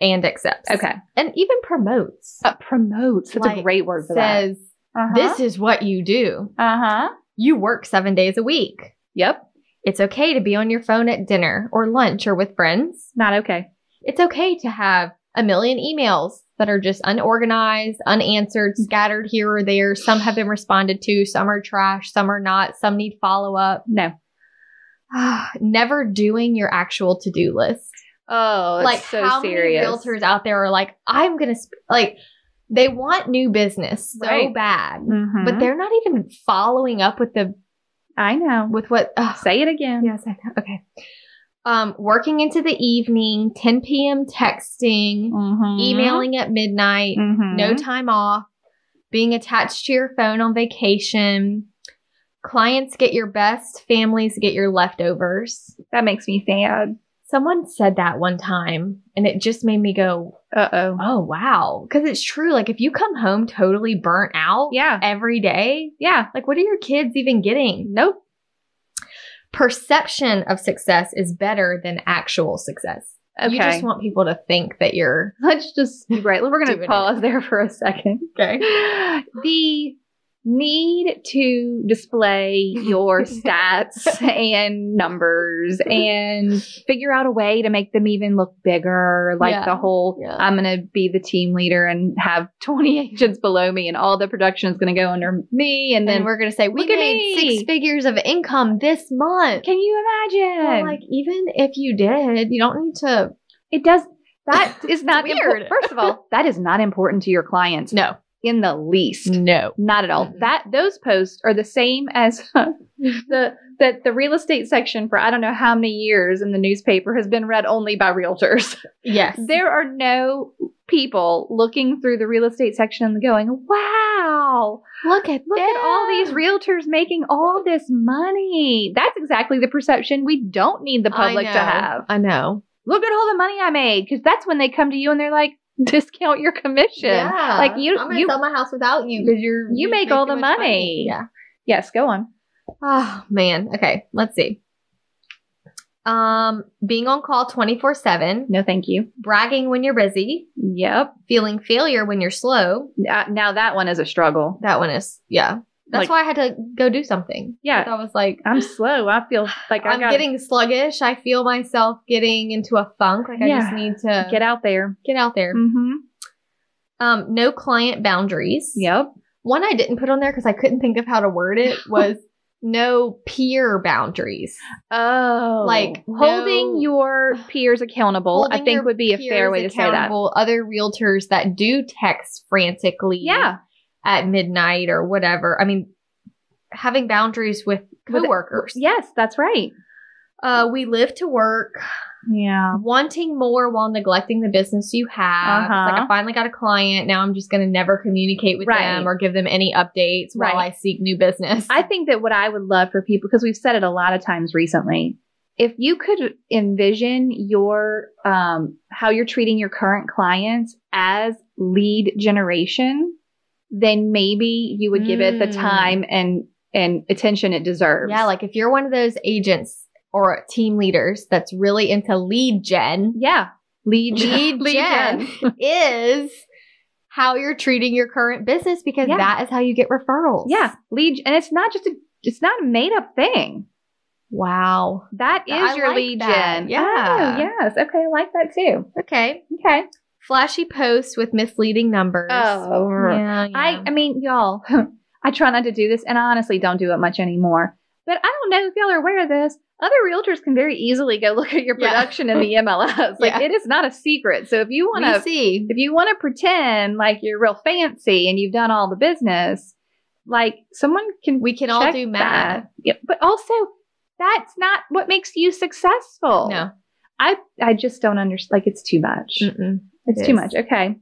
Speaker 3: and accepts.
Speaker 1: Okay.
Speaker 3: And even promotes.
Speaker 1: Uh, promotes. That's a
Speaker 3: Like,
Speaker 1: great word for that.
Speaker 3: says,
Speaker 1: Uh-huh.
Speaker 3: this is what you do.
Speaker 1: Uh huh.
Speaker 3: You work seven days a week.
Speaker 1: Yep.
Speaker 3: It's okay to be on your phone at dinner or lunch or with friends.
Speaker 1: Not okay.
Speaker 3: It's okay to have a million emails that are just unorganized, unanswered,
Speaker 1: Mm-hmm.
Speaker 3: scattered here or there. Some have been responded to, some are trash, some are not, some need follow up.
Speaker 1: No.
Speaker 3: [sighs] Never doing your actual to do list.
Speaker 1: Oh,
Speaker 3: like, how many realtors out there are like, I'm going to, sp-, like, they want new business so
Speaker 1: Right.
Speaker 3: bad,
Speaker 1: Mhm.
Speaker 3: but they're not even following up with the,
Speaker 1: I know.
Speaker 3: with what, ugh.
Speaker 1: Say it again.
Speaker 3: Yes, I know. Okay. Um, working into the evening, 10 p.m. texting,
Speaker 1: Mhm.
Speaker 3: emailing at midnight,
Speaker 1: Mhm.
Speaker 3: no time off, being attached to your phone on vacation. Clients get your best, families get your leftovers.
Speaker 1: that makes me sad.
Speaker 3: Someone said that one time and it just made me go,
Speaker 1: Uh oh.
Speaker 3: oh, wow. Because it's true. Like, if you come home totally burnt out
Speaker 1: Yeah.
Speaker 3: every day,
Speaker 1: Yeah.
Speaker 3: like, what are your kids even getting?
Speaker 1: Nope.
Speaker 3: Perception of success is better than actual success.
Speaker 1: Okay.
Speaker 3: You just want people to think that you're
Speaker 1: Let's just right. We're going
Speaker 3: Doing
Speaker 1: to
Speaker 3: it.
Speaker 1: pause there for a second.
Speaker 3: okay.
Speaker 1: [laughs] the need to
Speaker 3: [laughs]
Speaker 1: display your stats and numbers and figure out a way to make them even look bigger like
Speaker 3: Yeah.
Speaker 1: the whole
Speaker 3: Yeah.
Speaker 1: i'm going to be the team leader and have [laughs] 20 agents below me and all the production is going to go under me and
Speaker 3: And
Speaker 1: then
Speaker 3: then we're gonna say we
Speaker 1: Look at
Speaker 3: made
Speaker 1: me.
Speaker 3: six figures of income this month.
Speaker 1: can you
Speaker 3: Well,
Speaker 1: imagine
Speaker 3: like even if you did, you don't need to.
Speaker 1: it does
Speaker 3: [laughs]
Speaker 1: that is not
Speaker 3: It's
Speaker 1: weird
Speaker 3: weird.
Speaker 1: first of all that is not important to your clients
Speaker 3: No,
Speaker 1: in the least
Speaker 3: no.
Speaker 1: Not at all.
Speaker 3: Mhm.
Speaker 1: That those posts are the same as [laughs] the that the real estate section for I don't know how many years in the newspaper has been read only by realtors. [laughs]
Speaker 3: Yes,
Speaker 1: there are no people looking through the real estate section and going, "Wow,
Speaker 3: look at
Speaker 1: look at all these realtors making all this money." That's exactly the perception we don't need the public to have.
Speaker 3: I know.
Speaker 1: Look at all the money I made because that's when they come to you and they're like, "Discount your commission." Like, you-
Speaker 3: I'm gonna
Speaker 1: you-
Speaker 3: sell my house without you because you're
Speaker 1: You make all
Speaker 3: too
Speaker 1: the
Speaker 3: much
Speaker 1: money.
Speaker 3: Yeah.
Speaker 1: Yes, go on.
Speaker 3: Oh man. Okay. Let's see. Um, being on call twenty four seven,
Speaker 1: No, thank you.
Speaker 3: bragging when you're busy,
Speaker 1: Yep.
Speaker 3: feeling failure when you're slow.
Speaker 1: Uh, now that one is a struggle.
Speaker 3: That one is yeah. That's
Speaker 1: Like-
Speaker 3: why I had to go do something.
Speaker 1: Yeah.
Speaker 3: I was like,
Speaker 1: I'm slow. I feel like I
Speaker 3: I'm
Speaker 1: gotta
Speaker 3: getting sluggish. I feel myself getting into a funk. Like I just
Speaker 1: Yeah.
Speaker 3: need to
Speaker 1: get out there.
Speaker 3: get out there.
Speaker 1: Mm-hmm.
Speaker 3: Um, no client boundaries.
Speaker 1: Yep.
Speaker 3: One I didn't put on there because I couldn't think of how to word
Speaker 1: [laughs]
Speaker 3: it was no peer boundaries.
Speaker 1: Oh,
Speaker 3: Like,
Speaker 1: holding
Speaker 3: no-
Speaker 1: your peers accountable. I
Speaker 3: Holding
Speaker 1: think
Speaker 3: your
Speaker 1: would be a fair
Speaker 3: peers
Speaker 1: way to say that.
Speaker 3: accountable, Other realtors that do text frantically
Speaker 1: Yeah,
Speaker 3: at midnight or whatever. I mean, having boundaries with
Speaker 1: With-
Speaker 3: coworkers.
Speaker 1: yes, that's right.
Speaker 3: Uh, we live to work.
Speaker 1: Yeah.
Speaker 3: wanting more while neglecting the business you have. It's like
Speaker 1: Uh-huh.
Speaker 3: I finally got a client. Now I'm just going to never communicate with
Speaker 1: Right.
Speaker 3: them or give them any updates while I
Speaker 1: Right.
Speaker 3: seek new business.
Speaker 1: I think that what I would love for people, because we've said it a lot of times recently, if you could envision your um, how you're treating your current clients as lead generation, then maybe you would give it the
Speaker 3: Mm.
Speaker 1: time and and attention it deserves.
Speaker 3: yeah, like if you're one of those agents or team leaders that's really into lead gen,
Speaker 1: yeah, lead
Speaker 3: lead, gen, is how you're treating your current business because
Speaker 1: Yeah.
Speaker 3: that is how you get referrals.
Speaker 1: Yeah, lead, and it's not just a it's not a made up thing.
Speaker 3: Wow.
Speaker 1: That is
Speaker 3: I
Speaker 1: your
Speaker 3: like
Speaker 1: lead
Speaker 3: that.
Speaker 1: gen.
Speaker 3: Yeah.
Speaker 1: Oh, yes. Okay, I like that too.
Speaker 3: Okay.
Speaker 1: Okay.
Speaker 3: Flashy posts with misleading numbers. Oh, Yeah,
Speaker 1: I, I mean, y'all, [laughs] I try not to do this, and I honestly don't do it much anymore. But I don't know if y'all are aware of this. Other realtors can very easily go [laughs] look at your
Speaker 3: Yeah.
Speaker 1: production
Speaker 3: [laughs]
Speaker 1: in the MLS. Like
Speaker 3: Yeah.
Speaker 1: it is not a secret. So if you want
Speaker 3: we
Speaker 1: to,
Speaker 3: see.
Speaker 1: if you want to pretend like you're real fancy and you've done all the business, like someone can
Speaker 3: We can all
Speaker 1: check
Speaker 3: do math.
Speaker 1: that. Yeah, but also that's not what makes you successful.
Speaker 3: No.
Speaker 1: I I just don't understand. Like it's too much.
Speaker 3: Mm-mm.
Speaker 1: it's
Speaker 3: it
Speaker 1: too
Speaker 3: is.
Speaker 1: much. Okay.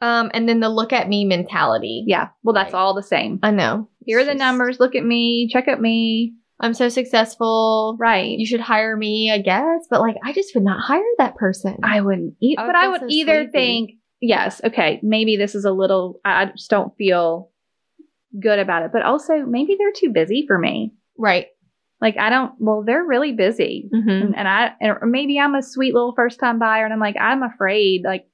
Speaker 3: Um, and then the look at me mentality.
Speaker 1: Yeah. Well, that's
Speaker 3: Right.
Speaker 1: all the same.
Speaker 3: I know.
Speaker 1: Here are
Speaker 3: It's
Speaker 1: the
Speaker 3: just-
Speaker 1: numbers. Look at me. Check at me.
Speaker 3: I'm so successful.
Speaker 1: Right.
Speaker 3: You should hire me, I guess. But like, I just would not hire that person.
Speaker 1: I wouldn't eat,
Speaker 3: I would
Speaker 1: but I
Speaker 3: feel
Speaker 1: would
Speaker 3: so
Speaker 1: either
Speaker 3: Oh, sleepy.
Speaker 1: think, yes, okay, maybe this is a little, I I just don't feel good about it. But also, maybe they're too busy for me.
Speaker 3: right.
Speaker 1: Like, I don't, well, they're really busy.
Speaker 3: Mm-hmm.
Speaker 1: And, and I, and- or maybe I'm a sweet little first time buyer and I'm like, I'm afraid, like,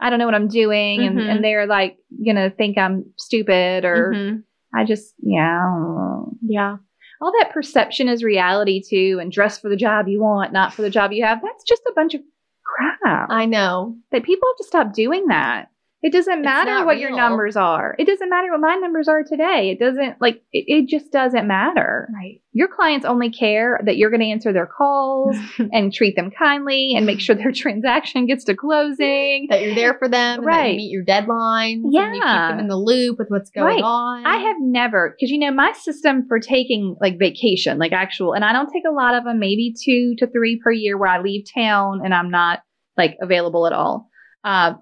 Speaker 1: I don't know what I'm doing. And,
Speaker 3: Mhm.
Speaker 1: and they're like, gonna think I'm stupid or
Speaker 3: Mm-hmm.
Speaker 1: I just, yeah. I don't know.
Speaker 3: Yeah.
Speaker 1: all that perception is reality too and dress for the job you want not for the job you have that's just a bunch of crap
Speaker 3: I know.
Speaker 1: that people have to stop doing that it doesn't
Speaker 3: It's
Speaker 1: matter
Speaker 3: not
Speaker 1: what your
Speaker 3: real.
Speaker 1: numbers are it doesn't matter what my numbers are today it doesn't like it, it just doesn't matter
Speaker 3: Right.
Speaker 1: your clients only care that you're going to answer their
Speaker 3: [laughs]
Speaker 1: calls and treat them kindly and make sure their transaction gets to closing
Speaker 3: that you're there for them. and that you
Speaker 1: Right.
Speaker 3: meet your deadlines. and you keep
Speaker 1: Yeah.
Speaker 3: them in the loop with what's going
Speaker 1: Right.
Speaker 3: on.
Speaker 1: I have never, because you know, my system for taking like vacation, like actual, and I don't take a lot of them, maybe two to three per year where I leave town and I'm not like available at all. Uh,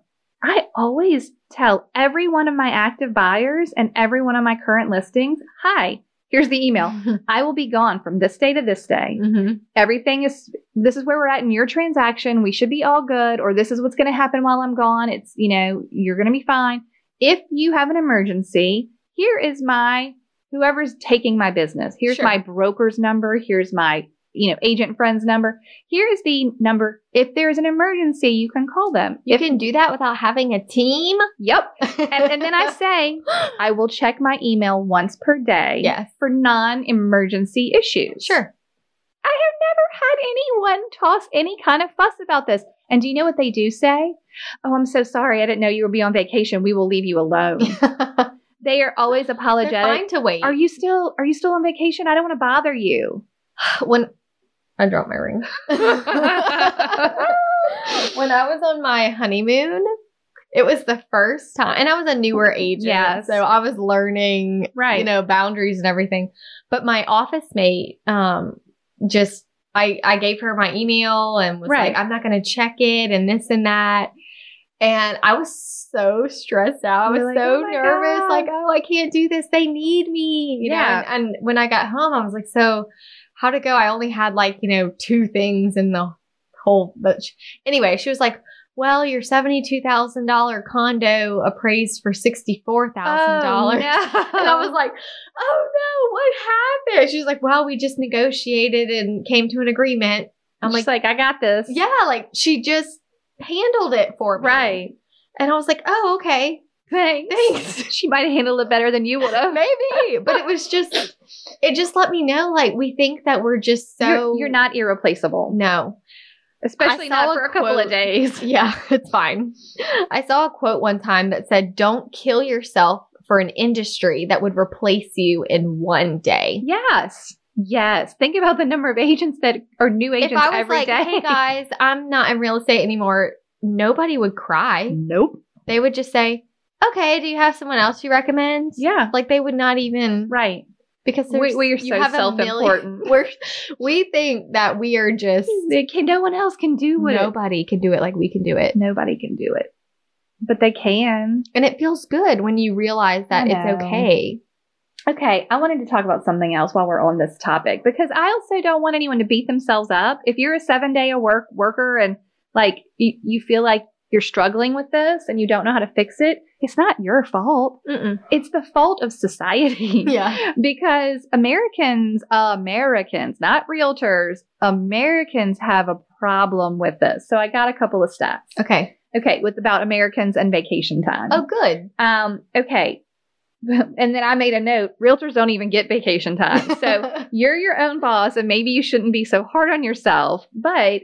Speaker 1: I always tell every one of my active buyers and every one of my current listings, hi, here's the
Speaker 3: [laughs]
Speaker 1: email.
Speaker 3: Mm-hmm.
Speaker 1: I will be gone from this day to this day.
Speaker 3: Mhm.
Speaker 1: Everything is, this is where we're at in your transaction. We should be all good, or this is what's going to happen while I'm gone. It's, you know, you're going to be fine. If you have an emergency, here is my, whoever's taking my business. Here's
Speaker 3: Sure.
Speaker 1: my broker's number. Here's my, you know, agent friend's number. Here is the number. If there is an emergency, you can call them.
Speaker 3: You
Speaker 1: If,
Speaker 3: can do that without having a team.
Speaker 1: [laughs]
Speaker 3: [laughs]
Speaker 1: yep. And, and then I say, I will check my email once per day
Speaker 3: yes.
Speaker 1: for non emergency issues.
Speaker 3: Sure. [laughs]
Speaker 1: I have never had anyone toss any kind of fuss about this. And do you know what they do say? Oh, I'm so sorry. I didn't know you would be on vacation. We will leave you
Speaker 3: [laughs]
Speaker 1: alone.
Speaker 3: They're
Speaker 1: they are always apologetic.
Speaker 3: fine to wait.
Speaker 1: Are you still are you still on vacation? I don't want to bother you.
Speaker 3: [laughs] when I dropped my ring. [laughs] when I was on my honeymoon, it was the first time, and I was a newer agent,
Speaker 1: Yes.
Speaker 3: so I was learning,
Speaker 1: Right.
Speaker 3: you know, boundaries and everything. But my office mate, um, just I I gave her my email and was
Speaker 1: Right.
Speaker 3: like, I'm not going to check it and this and that. And I was so stressed out. I was
Speaker 1: You're like,
Speaker 3: so
Speaker 1: "Oh my
Speaker 3: nervous.
Speaker 1: God."
Speaker 3: Like, oh, I can't do this. They need me. You
Speaker 1: Yeah.
Speaker 3: know, and, and when I got home, I was like, so how to go? I only had like, you know, two things in the whole bunch. Anyway, she was like, well, your $72,000 condo appraised for $64,000.
Speaker 1: [laughs] Oh,
Speaker 3: And I
Speaker 1: Uh-huh.
Speaker 3: was like, oh no, what happened? She was like, well, we just negotiated and came to an agreement. I'm
Speaker 1: I'm
Speaker 3: like,
Speaker 1: like, like, I got this.
Speaker 3: yeah, like she just handled it for me.
Speaker 1: Right.
Speaker 3: And I was like, oh, okay.
Speaker 1: Thanks.
Speaker 3: Thanks. [laughs]
Speaker 1: [laughs] She might have handled it better than you would have.
Speaker 3: Maybe, but it was just, it just let me know like we think that we're just so.
Speaker 1: you're, you're not irreplaceable,
Speaker 3: No.
Speaker 1: especially
Speaker 3: I saw
Speaker 1: not for
Speaker 3: a
Speaker 1: a couple
Speaker 3: quote.
Speaker 1: of
Speaker 3: [laughs]
Speaker 1: days. [laughs]
Speaker 3: Yeah, it's fine. I saw a quote one time that said, Don't kill yourself for an industry that would replace you in one day.
Speaker 1: Yes. Yes. Think about the number of agents that are new agents
Speaker 3: If I was
Speaker 1: every
Speaker 3: like,
Speaker 1: day. [laughs]
Speaker 3: Hey guys, I'm not in real estate anymore, nobody would cry.
Speaker 1: Nope.
Speaker 3: They would just say, Okay, do you have someone else you recommend?
Speaker 1: Yeah.
Speaker 3: Like they would not even
Speaker 1: Right.
Speaker 3: because
Speaker 1: We,
Speaker 3: there's-
Speaker 1: we are
Speaker 3: you
Speaker 1: so
Speaker 3: have a
Speaker 1: self-important.
Speaker 3: million- [laughs] We're, we think that we are
Speaker 1: [laughs]
Speaker 3: just
Speaker 1: They can- no one else can do what it-
Speaker 3: nobody can do it like we can do it.
Speaker 1: nobody can do it, but they can.
Speaker 3: And it feels good when you realize that
Speaker 1: I
Speaker 3: it's
Speaker 1: know.
Speaker 3: okay.
Speaker 1: Okay, I wanted to talk about something else while we're on this topic because I also don't want anyone to beat themselves up. If you're a seven day a work worker and like you, you feel like you're struggling with this and you don't know how to fix it, it's not your fault.
Speaker 3: Mm-mm.
Speaker 1: It's the fault of [laughs] society.
Speaker 3: Yeah.
Speaker 1: because Americans, Americans, not realtors, Americans have a problem with this. So I got a couple of stats.
Speaker 3: Okay.
Speaker 1: Okay, with about Americans and vacation time.
Speaker 3: Oh, good.
Speaker 1: Um, okay. [laughs] And then I made a note realtors don't even get vacation time.
Speaker 3: [laughs]
Speaker 1: [laughs] So you're your own boss, and maybe you shouldn't be so hard on yourself. But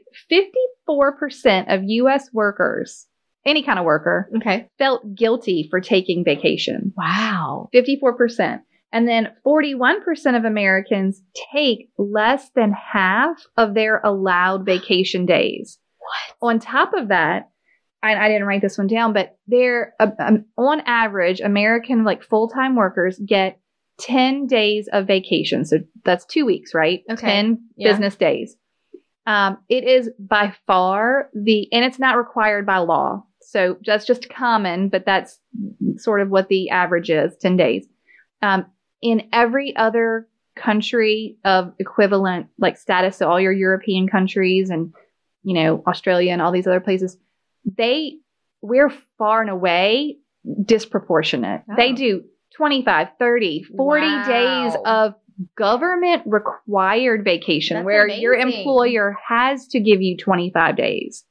Speaker 1: 54% of US workers, any kind of worker,
Speaker 3: okay.
Speaker 1: felt guilty for taking vacation.
Speaker 3: Wow.
Speaker 1: 54%. And then 41% of Americans take less than half of their allowed vacation days. What? On top of that, I, I didn't write this one down, but they're um, um, on average, American like full time workers get 10 days of vacation. So that's two weeks, right?
Speaker 3: Okay.
Speaker 1: 10
Speaker 3: Yeah.
Speaker 1: business days. Um, it is by far the, and it's not required by law. So that's just common, but that's sort of what the average is 10 days. Um, in every other country of equivalent like status, so all your European countries and, you know, Australia and all these other places, they, we're far and away disproportionate. They
Speaker 3: Oh.
Speaker 1: do 25, 30, 40 days
Speaker 3: Wow.
Speaker 1: of government required vacation
Speaker 3: That's
Speaker 1: where your
Speaker 3: amazing.
Speaker 1: employer has to give you 25 days.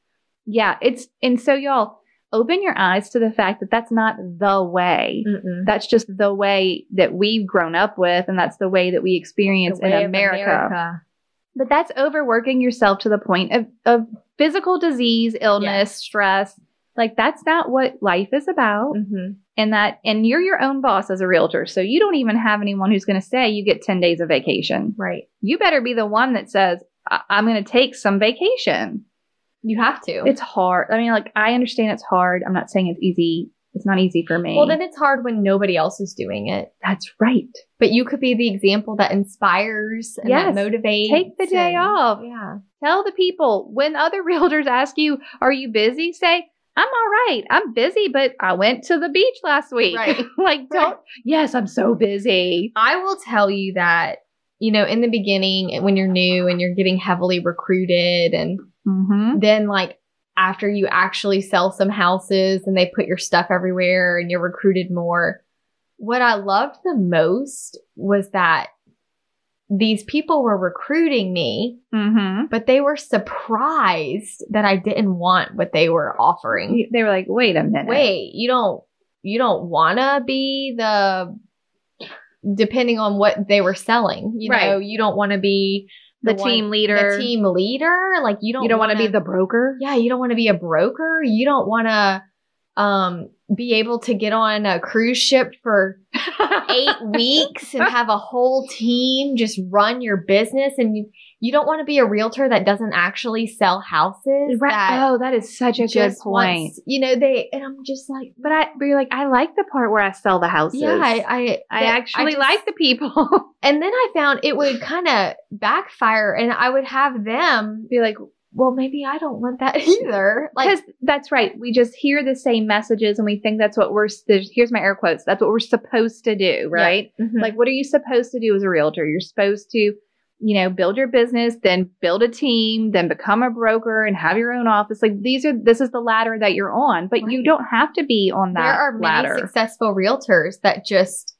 Speaker 1: Yeah, it's and so y'all open your eyes to the fact that that's not the way.
Speaker 3: Mm-mm.
Speaker 1: That's just the way that we've grown up with and that's the way that we experience
Speaker 3: The way
Speaker 1: in
Speaker 3: of
Speaker 1: America. But that's overworking yourself to the point of of physical disease, illness, stress. Like that's not what life is about
Speaker 3: Mhm.
Speaker 1: and that and you're your own boss as a realtor so you don't even have anyone who's going to say you get 10 days of vacation
Speaker 3: Right.
Speaker 1: you better be the one that says I- i'm going to take some vacation
Speaker 3: You have to.
Speaker 1: it's hard i mean like i understand it's hard i'm not saying it's easy it's not easy for me
Speaker 3: well, then it's hard when nobody else is doing it.
Speaker 1: that's right
Speaker 3: But you could be the example that inspires and
Speaker 1: Yes.
Speaker 3: that motivates.
Speaker 1: take the day
Speaker 3: and-
Speaker 1: off
Speaker 3: Yeah.
Speaker 1: tell the people when other [laughs] realtors ask you are you busy say i'm all right i'm busy but i went to the beach last week
Speaker 3: Right.
Speaker 1: [laughs] like don't yes i'm so busy
Speaker 3: I will tell you that, you know, in the beginning, eh, when you're new and you're getting heavily recruited and
Speaker 1: mm-hmm
Speaker 3: then like after you actually sell some houses and they put your stuff everywhere and you're recruited more what i loved the most was that these people were recruiting me
Speaker 1: mm-hmm
Speaker 3: but they were surprised that i didn't want what they were offering
Speaker 1: You- they were like, wait a minute.
Speaker 3: wait you don't you don't want to be the depending on what they were selling you know
Speaker 1: Right.
Speaker 3: you don't want to be
Speaker 1: The,
Speaker 3: one-
Speaker 1: team leader.
Speaker 3: the team leader like you don't
Speaker 1: you don't want to
Speaker 3: wanna-
Speaker 1: be
Speaker 3: [laughs]
Speaker 1: the broker.
Speaker 3: yeah, you don't want to be a broker. You don't want to um, be able to get on a cruise ship for
Speaker 1: [laughs]
Speaker 3: eight weeks and have a whole team just run your business. And you, you don't want to be a realtor that doesn't actually sell houses.
Speaker 1: Right.
Speaker 3: That
Speaker 1: oh, that is such a good
Speaker 3: just
Speaker 1: point.
Speaker 3: wants- you know, they, and I'm just like,
Speaker 1: but I, but you're like, I like the part where I sell the houses.
Speaker 3: yeah, I, I,
Speaker 1: I
Speaker 3: that-
Speaker 1: actually
Speaker 3: just-
Speaker 1: like the people. [laughs]
Speaker 3: And then I found it
Speaker 1: [sighs]
Speaker 3: would kind of backfire and I would have them
Speaker 1: Be like,
Speaker 3: well, maybe I don't want that [laughs] either. Like,
Speaker 1: because that's right. We just hear the same messages, and we think that's what we're. s- there's- Here's my air quotes. That's what we're supposed to do, right?
Speaker 3: mhm.
Speaker 1: Like, what are you supposed to do as a realtor? You're supposed to, you know, build your business, then build a team, then become a broker and have your own office. Like, these are, this is the ladder that you're on, but you
Speaker 3: Right.
Speaker 1: don't have to be on that
Speaker 3: there are many
Speaker 1: ladder.
Speaker 3: successful realtors that just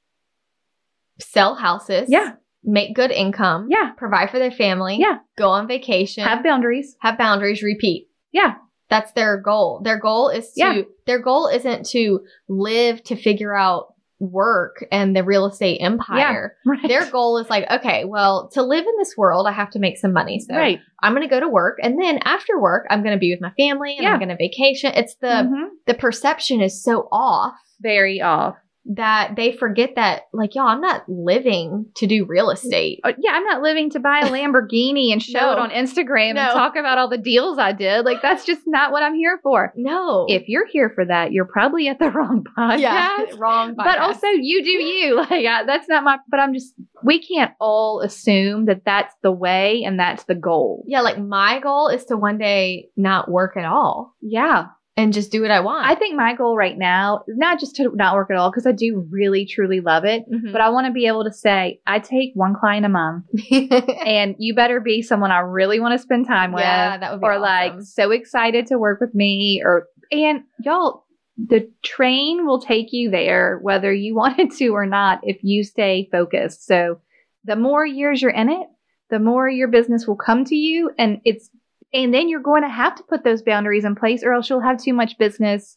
Speaker 3: sell houses
Speaker 1: Yeah.
Speaker 3: make good income
Speaker 1: Yeah.
Speaker 3: provide for their family
Speaker 1: Yeah.
Speaker 3: go on vacation
Speaker 1: Have boundaries. [laughs]
Speaker 3: have boundaries repeat
Speaker 1: Yeah.
Speaker 3: That's their goal. Their goal is to
Speaker 1: Yeah.
Speaker 3: their goal isn't to live to figure out work and the real estate empire.
Speaker 1: Right.
Speaker 3: Their goal is like, okay, well, to live in this world, I have to make some money. So
Speaker 1: right.
Speaker 3: I'm going to go to work and then after work, I'm going to be with my family and
Speaker 1: Yeah.
Speaker 3: I'm going to vacation. It's the
Speaker 1: Mhm.
Speaker 3: the perception is so off
Speaker 1: Very off.
Speaker 3: that they forget that like y'all, I'm not living to do real estate.
Speaker 1: Uh, yeah, I'm not living to buy a Lamborghini and show
Speaker 3: No.
Speaker 1: it on Instagram
Speaker 3: No.
Speaker 1: and talk about all the deals I did. Like that's just not what I'm here for.
Speaker 3: No.
Speaker 1: If you're here for that, you're probably at the [laughs] wrong podcast.
Speaker 3: wrong
Speaker 1: But also, you do you. [laughs] Like I, that's not my. But I'm just. We can't all assume that that's the way and that's the goal.
Speaker 3: yeah, like my goal is to one day not work at all
Speaker 1: Yeah,
Speaker 3: and just do what I want.
Speaker 1: I think my goal right now is not just to not work at all because I do really truly love
Speaker 3: Mm.
Speaker 1: it.
Speaker 3: Mm-hmm.
Speaker 1: But I want to be able to say I take one client
Speaker 3: [laughs]
Speaker 1: a month,
Speaker 3: But
Speaker 1: and you better be someone I really want to spend time with.
Speaker 3: yeah, that would be
Speaker 1: or
Speaker 3: awesome.
Speaker 1: like so excited to work with me or and y'all the train will take you there whether you [laughs] want it to or not if you stay focused so the more years you're in it the more your business will come to you and it's and then you're going to have to put those boundaries in place or else you'll have too much business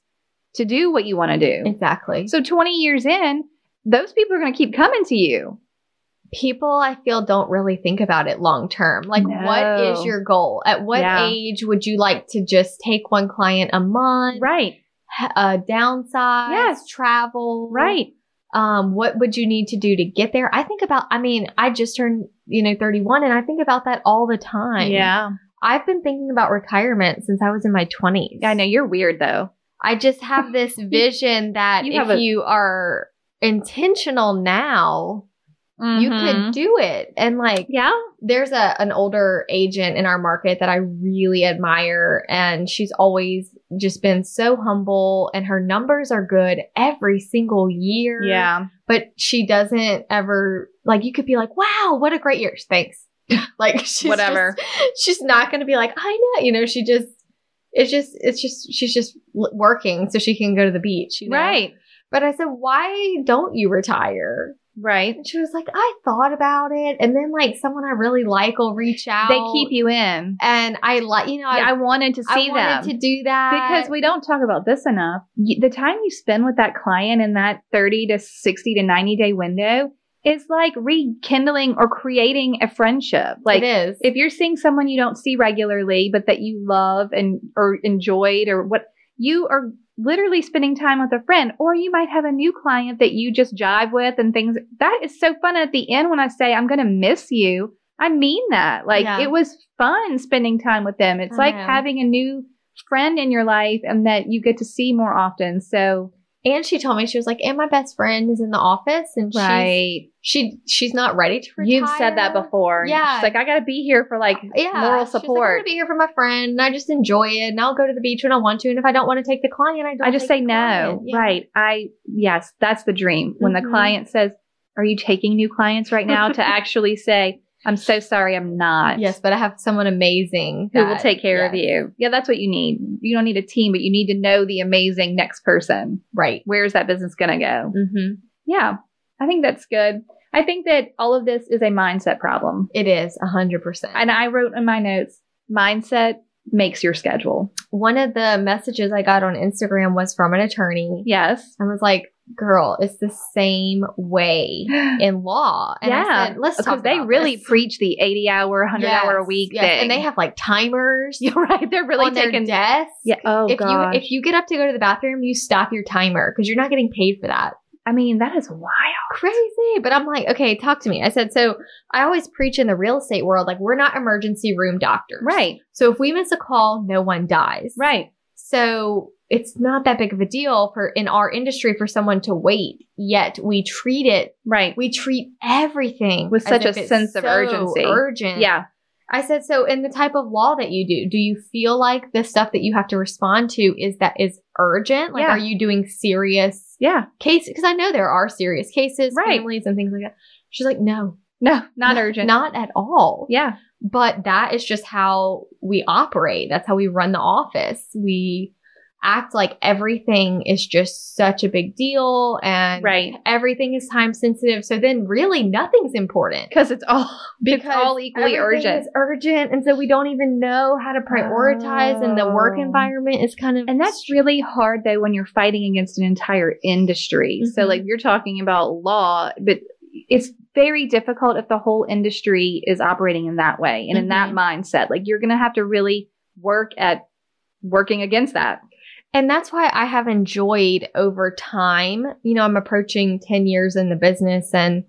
Speaker 1: to do what you want to do
Speaker 3: exactly.
Speaker 1: so 20 years in those people are going to keep coming to you
Speaker 3: People I feel don't really think about it long term. Like what
Speaker 1: No.
Speaker 3: is your goal? At what
Speaker 1: Yeah.
Speaker 3: age would you like to just take one client a month?
Speaker 1: right
Speaker 3: Right. Uh downsize,
Speaker 1: Yes.
Speaker 3: travel.
Speaker 1: right
Speaker 3: um, what would you need to do to get there? I think about, I mean, I just turned, you know, 31 and I think about that all the time.
Speaker 1: yeah
Speaker 3: I've been thinking about retirement since I was in my 20s.
Speaker 1: i know you're weird though
Speaker 3: I just have this
Speaker 1: [laughs]
Speaker 3: vision that
Speaker 1: You
Speaker 3: if
Speaker 1: have a-
Speaker 3: you are intentional now, you
Speaker 1: Mm-hmm.
Speaker 3: could do it. And like,
Speaker 1: yeah
Speaker 3: there's a an older agent in our market that I really admire and she's always just been so humble and her numbers are good every single year
Speaker 1: yeah
Speaker 3: but she doesn't ever like you could be like wow what a great year thanks [laughs] like she's
Speaker 7: Whatever.
Speaker 3: just- [laughs] she's not going to be like i know you know she just it's just it's just she's just l- working so she can go to the beach you know?
Speaker 1: Right.
Speaker 3: but i said why don't you retire
Speaker 1: Right.
Speaker 3: and she was like i thought about it and then like someone i really like will reach out
Speaker 1: They keep you in.
Speaker 3: and i like you know
Speaker 1: I,
Speaker 3: i,
Speaker 1: I wanted to
Speaker 3: I
Speaker 1: see
Speaker 3: wanted
Speaker 1: them
Speaker 3: to do that
Speaker 1: because we don't talk about this enough. Y- The time you spend with that client in that 30 to 60 to 90 day window is like rekindling or creating a friendship. Like
Speaker 3: it is
Speaker 1: if you're seeing someone you don't see regularly but that you love and or enjoyed or what you are literally spending time with a friend or you might have a new client that you just jive with and things that is so fun at the end when i say i'm going to miss you i mean that like
Speaker 3: Yeah.
Speaker 1: it was fun spending time with them it's
Speaker 3: I
Speaker 1: like
Speaker 3: know.
Speaker 1: having a new friend in your life and that you get to see more often so
Speaker 3: and she told me she was like and my best friend is in the office and she's she she's not ready to retire.
Speaker 1: you've said that before
Speaker 3: Yeah.
Speaker 1: she's like i got to be here for like
Speaker 3: Yeah,
Speaker 1: moral
Speaker 3: she's like, I'm
Speaker 1: support
Speaker 3: gonna be here for my friend, and I just enjoy it, and I'll go to the beach when I want to, and if I don't want to take the client, I don't.
Speaker 1: I just
Speaker 3: take
Speaker 1: say
Speaker 3: the
Speaker 1: no.
Speaker 3: client. Yeah.
Speaker 1: Right. I yes, that's the dream. When
Speaker 3: Mhm.
Speaker 1: the client says, "Are you taking new clients right now?"
Speaker 3: [laughs]
Speaker 1: to actually say, "I'm so sorry, I'm not."
Speaker 3: Yes, but I have someone amazing
Speaker 1: Who will
Speaker 3: that-
Speaker 1: take care of
Speaker 3: yes,
Speaker 1: you? Yeah, that's what you need. You don't need a team, but you need to know the amazing next person.
Speaker 3: Right.
Speaker 1: Where is that business going to go?
Speaker 3: Mm-hmm.
Speaker 1: Yeah, I think that's good. I think that all of this is a mindset problem.
Speaker 3: It is a hundred percent.
Speaker 1: And I wrote in my notes, mindset makes your schedule.
Speaker 3: One of the messages I got on Instagram was from an attorney,
Speaker 1: Yes.
Speaker 3: [gasps] I was like, "Girl, it's the same
Speaker 1: [laughs]
Speaker 3: way
Speaker 1: [gasps]
Speaker 3: in law." And
Speaker 1: Yeah,
Speaker 3: I said, "Let's talk."
Speaker 1: because they
Speaker 3: about
Speaker 1: really
Speaker 3: this."
Speaker 1: preach the 80 hour 100 hour a
Speaker 3: Yes,
Speaker 1: week
Speaker 3: yes,
Speaker 1: thing
Speaker 3: and they have like timers
Speaker 1: [laughs] you're right they're really
Speaker 3: on their
Speaker 1: taking
Speaker 3: desk.
Speaker 1: yeah oh
Speaker 3: if
Speaker 1: god
Speaker 3: you if you get up to go to the bathroom, you stop your timer because you're not getting paid for that.
Speaker 1: i mean that is wild
Speaker 3: Crazy. But I'm like, okay, talk to me. I said, so I always preach in the real estate world, like we're not emergency room doctors.
Speaker 1: right
Speaker 3: So if we miss a call, no one dies.
Speaker 1: right
Speaker 3: So it's not that big of a deal for in our industry for someone to wait, yet we treat it,
Speaker 1: right
Speaker 3: we treat everything
Speaker 1: With
Speaker 3: as
Speaker 1: such
Speaker 3: if
Speaker 1: a
Speaker 3: it's
Speaker 1: sense of
Speaker 3: so
Speaker 1: urgency.
Speaker 3: Urgent.
Speaker 1: yeah
Speaker 3: I said, so in the type of law that you do, do you feel like the stuff that you have to respond to is that is urgent? Like,
Speaker 1: Yeah.
Speaker 3: are you doing serious
Speaker 1: yeah
Speaker 3: cases? Because I know there are serious cases,
Speaker 1: Right.
Speaker 3: families, and things like that. She's like, no,
Speaker 1: no not urgent
Speaker 3: not at all.
Speaker 1: yeah
Speaker 3: But that is just how we operate. That's how we run the office. We act like everything is just such a big deal and
Speaker 1: right.
Speaker 3: everything is time sensitive. So then really nothing's important.
Speaker 1: Because it's all because it's all equally
Speaker 3: everything
Speaker 1: urgent.
Speaker 3: is urgent. And so we don't even know how to prioritize and the work
Speaker 1: Oh.
Speaker 3: environment is kind of
Speaker 1: [laughs] And that's really hard though when you're fighting against an entire industry. So
Speaker 3: Mhm.
Speaker 1: like you're talking about law, but it's very difficult if the whole industry is operating in that way and in that mindset. Like you're going to have to really work at working against that.
Speaker 3: And that's why I have enjoyed over time. You know, I'm approaching 10 years in the business and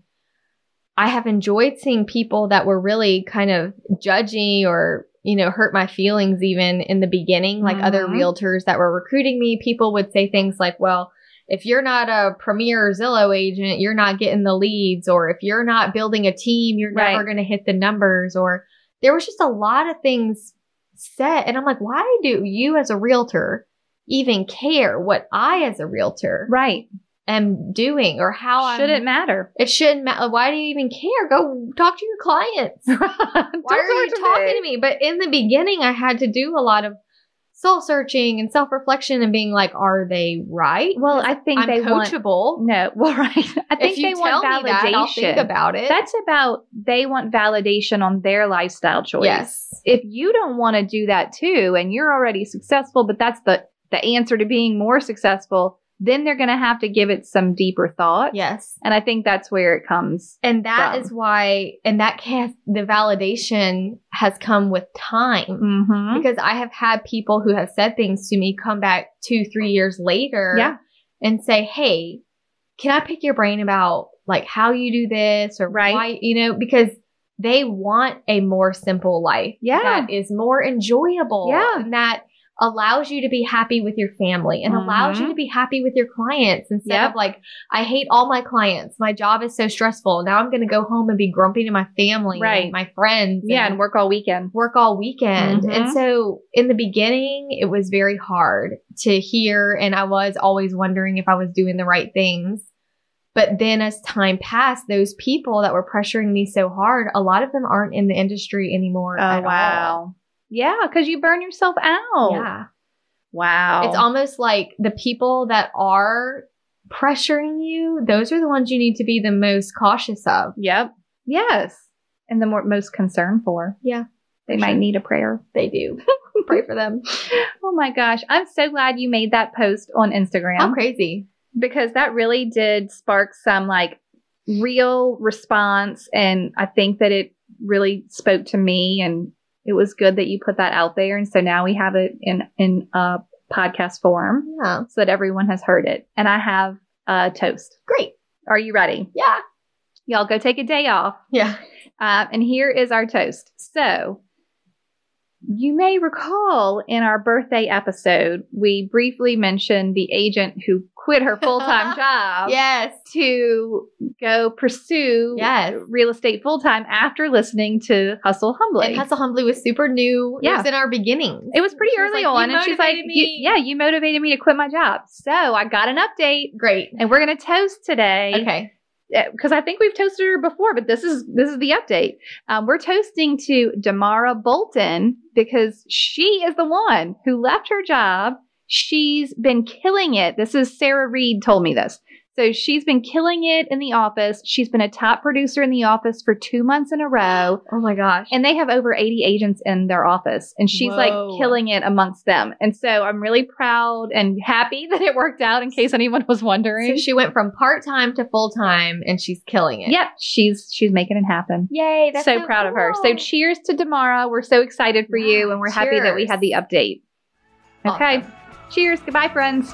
Speaker 3: I have enjoyed seeing people that were really kind of judgy or, you know, hurt my feelings even in the beginning, like other
Speaker 1: Mhm.
Speaker 3: realtors that were recruiting me. People would say things like, well, if you're not a premier Zillow agent, you're not getting the leads, or if you're not building a team, you're
Speaker 1: Right.
Speaker 3: never going to hit the numbers, or there was just a lot of things said. And I'm like, why do you as a realtor even care what I as a realtor
Speaker 1: Right.
Speaker 3: am doing or how
Speaker 1: Should
Speaker 3: I'm
Speaker 1: it matter? [laughs]
Speaker 3: it shouldn't matter. Why do you even care? Go talk to your
Speaker 1: [laughs]
Speaker 3: clients.
Speaker 1: Why
Speaker 3: Why are you talking to me? But in the beginning, I had to do a lot of soul searching and self reflection and being like, are they right?
Speaker 1: Well, I think
Speaker 3: I'm
Speaker 1: they want
Speaker 3: coachable.
Speaker 1: no. [laughs] Well, right. I think
Speaker 3: if you
Speaker 1: they want
Speaker 3: tell
Speaker 1: validation.
Speaker 3: me that, I'll think about it.
Speaker 1: That's about they want validation on their lifestyle choice.
Speaker 3: yes.
Speaker 1: If you don't want to do that too, and you're already successful, but that's the the answer to being more successful, then they're going to have to give it some deeper thought.
Speaker 3: Yes.
Speaker 1: And I think that's where it comes.
Speaker 3: And that
Speaker 1: from.
Speaker 3: is why, and that can the validation has come with time
Speaker 1: Mm-hmm.
Speaker 3: because I have had people who have said things to me come back two, three years later
Speaker 1: Yeah.
Speaker 3: and say, Hey, can I pick your brain about like how you do this or
Speaker 1: Right.
Speaker 3: why, you know, because they want a more simple life
Speaker 1: Yeah.
Speaker 3: that is more enjoyable
Speaker 1: Yeah.
Speaker 3: and that allows you to be happy with your family and allows you
Speaker 1: Mhm.
Speaker 3: to be happy with your clients instead
Speaker 1: Yep.
Speaker 3: of like I hate all my clients. My job is so stressful. Now I'm going to go home and be grumpy to my family
Speaker 1: Right.
Speaker 3: and my friends
Speaker 1: Yeah,
Speaker 3: and
Speaker 1: and work all weekend.
Speaker 3: work all weekend. And
Speaker 1: Mhm.
Speaker 3: so in the beginning, it was very hard to hear. And I was always wondering if I was doing the right things. But then as time passed, those people that were pressuring me so hard, a lot of them aren't in the industry anymore. at all.
Speaker 1: Oh, Yeah, because you burn yourself out.
Speaker 3: Yeah.
Speaker 1: Oh, Wow.
Speaker 3: It's almost like the people that are pressuring you, those are the ones you need to be the most cautious of.
Speaker 1: Yep. Yes. And the more, most concern for.
Speaker 3: Yeah,
Speaker 1: They
Speaker 3: for
Speaker 1: might
Speaker 3: sure.
Speaker 1: need a prayer.
Speaker 3: They do. Pray for them.
Speaker 1: Oh my gosh. I'm so glad you made that post on Instagram
Speaker 3: How crazy.
Speaker 1: because that really did spark some like real response. And I think that it really spoke to me. And it was good that you put that out there. And so now we have it in, in a podcast form
Speaker 3: Yeah.
Speaker 1: so that everyone has heard it. And I have a toast.
Speaker 3: Great.
Speaker 1: Are you ready?
Speaker 3: Yeah.
Speaker 1: Y'all go take a day off.
Speaker 3: Yeah.
Speaker 1: Uh, and here is our toast. So, you may recall in our birthday episode, we briefly mentioned the agent who quit her
Speaker 3: [laughs]
Speaker 1: full time job
Speaker 3: Yes.
Speaker 1: to go pursue
Speaker 3: Yes.
Speaker 1: real estate full time after listening to Hustle Humbly.
Speaker 3: And Hustle Humbly was super new. It
Speaker 1: Yeah.
Speaker 3: was in our beginnings.
Speaker 1: it was pretty
Speaker 3: She was
Speaker 1: early
Speaker 3: like,
Speaker 1: on,
Speaker 3: "You
Speaker 1: and she's like,
Speaker 3: motivated
Speaker 1: "You-
Speaker 3: me."
Speaker 1: Yeah, you motivated me to quit my job. So, I got an update,
Speaker 3: great.
Speaker 1: and we're going to toast today
Speaker 3: Okay.
Speaker 1: because Uh, I think we've toasted her before, but this is this is the update. Um, we're toasting to Damara Bolton because she is the one who left her job. She's been killing it. This is Sarah Reed told me this. So she's been killing it in the office. She's been a top producer in the office for two months in a row.
Speaker 3: Oh my gosh.
Speaker 1: And they have over 80 agents in their office, and she's
Speaker 3: Whoa.
Speaker 1: like killing it amongst them. And so I'm really proud and happy [laughs] that it worked out in case anyone was wondering.
Speaker 3: so she went from part time to full time and she's killing it.
Speaker 1: Yep, she's she's making it happen.
Speaker 3: Yay. That's
Speaker 1: so, proud of her. So
Speaker 3: cool.
Speaker 1: cheers to Damara. We're so excited for you
Speaker 3: Yeah,
Speaker 1: and we're happy that we
Speaker 3: cheers.
Speaker 1: had the update. Okay. Cheers. Goodbye, friends.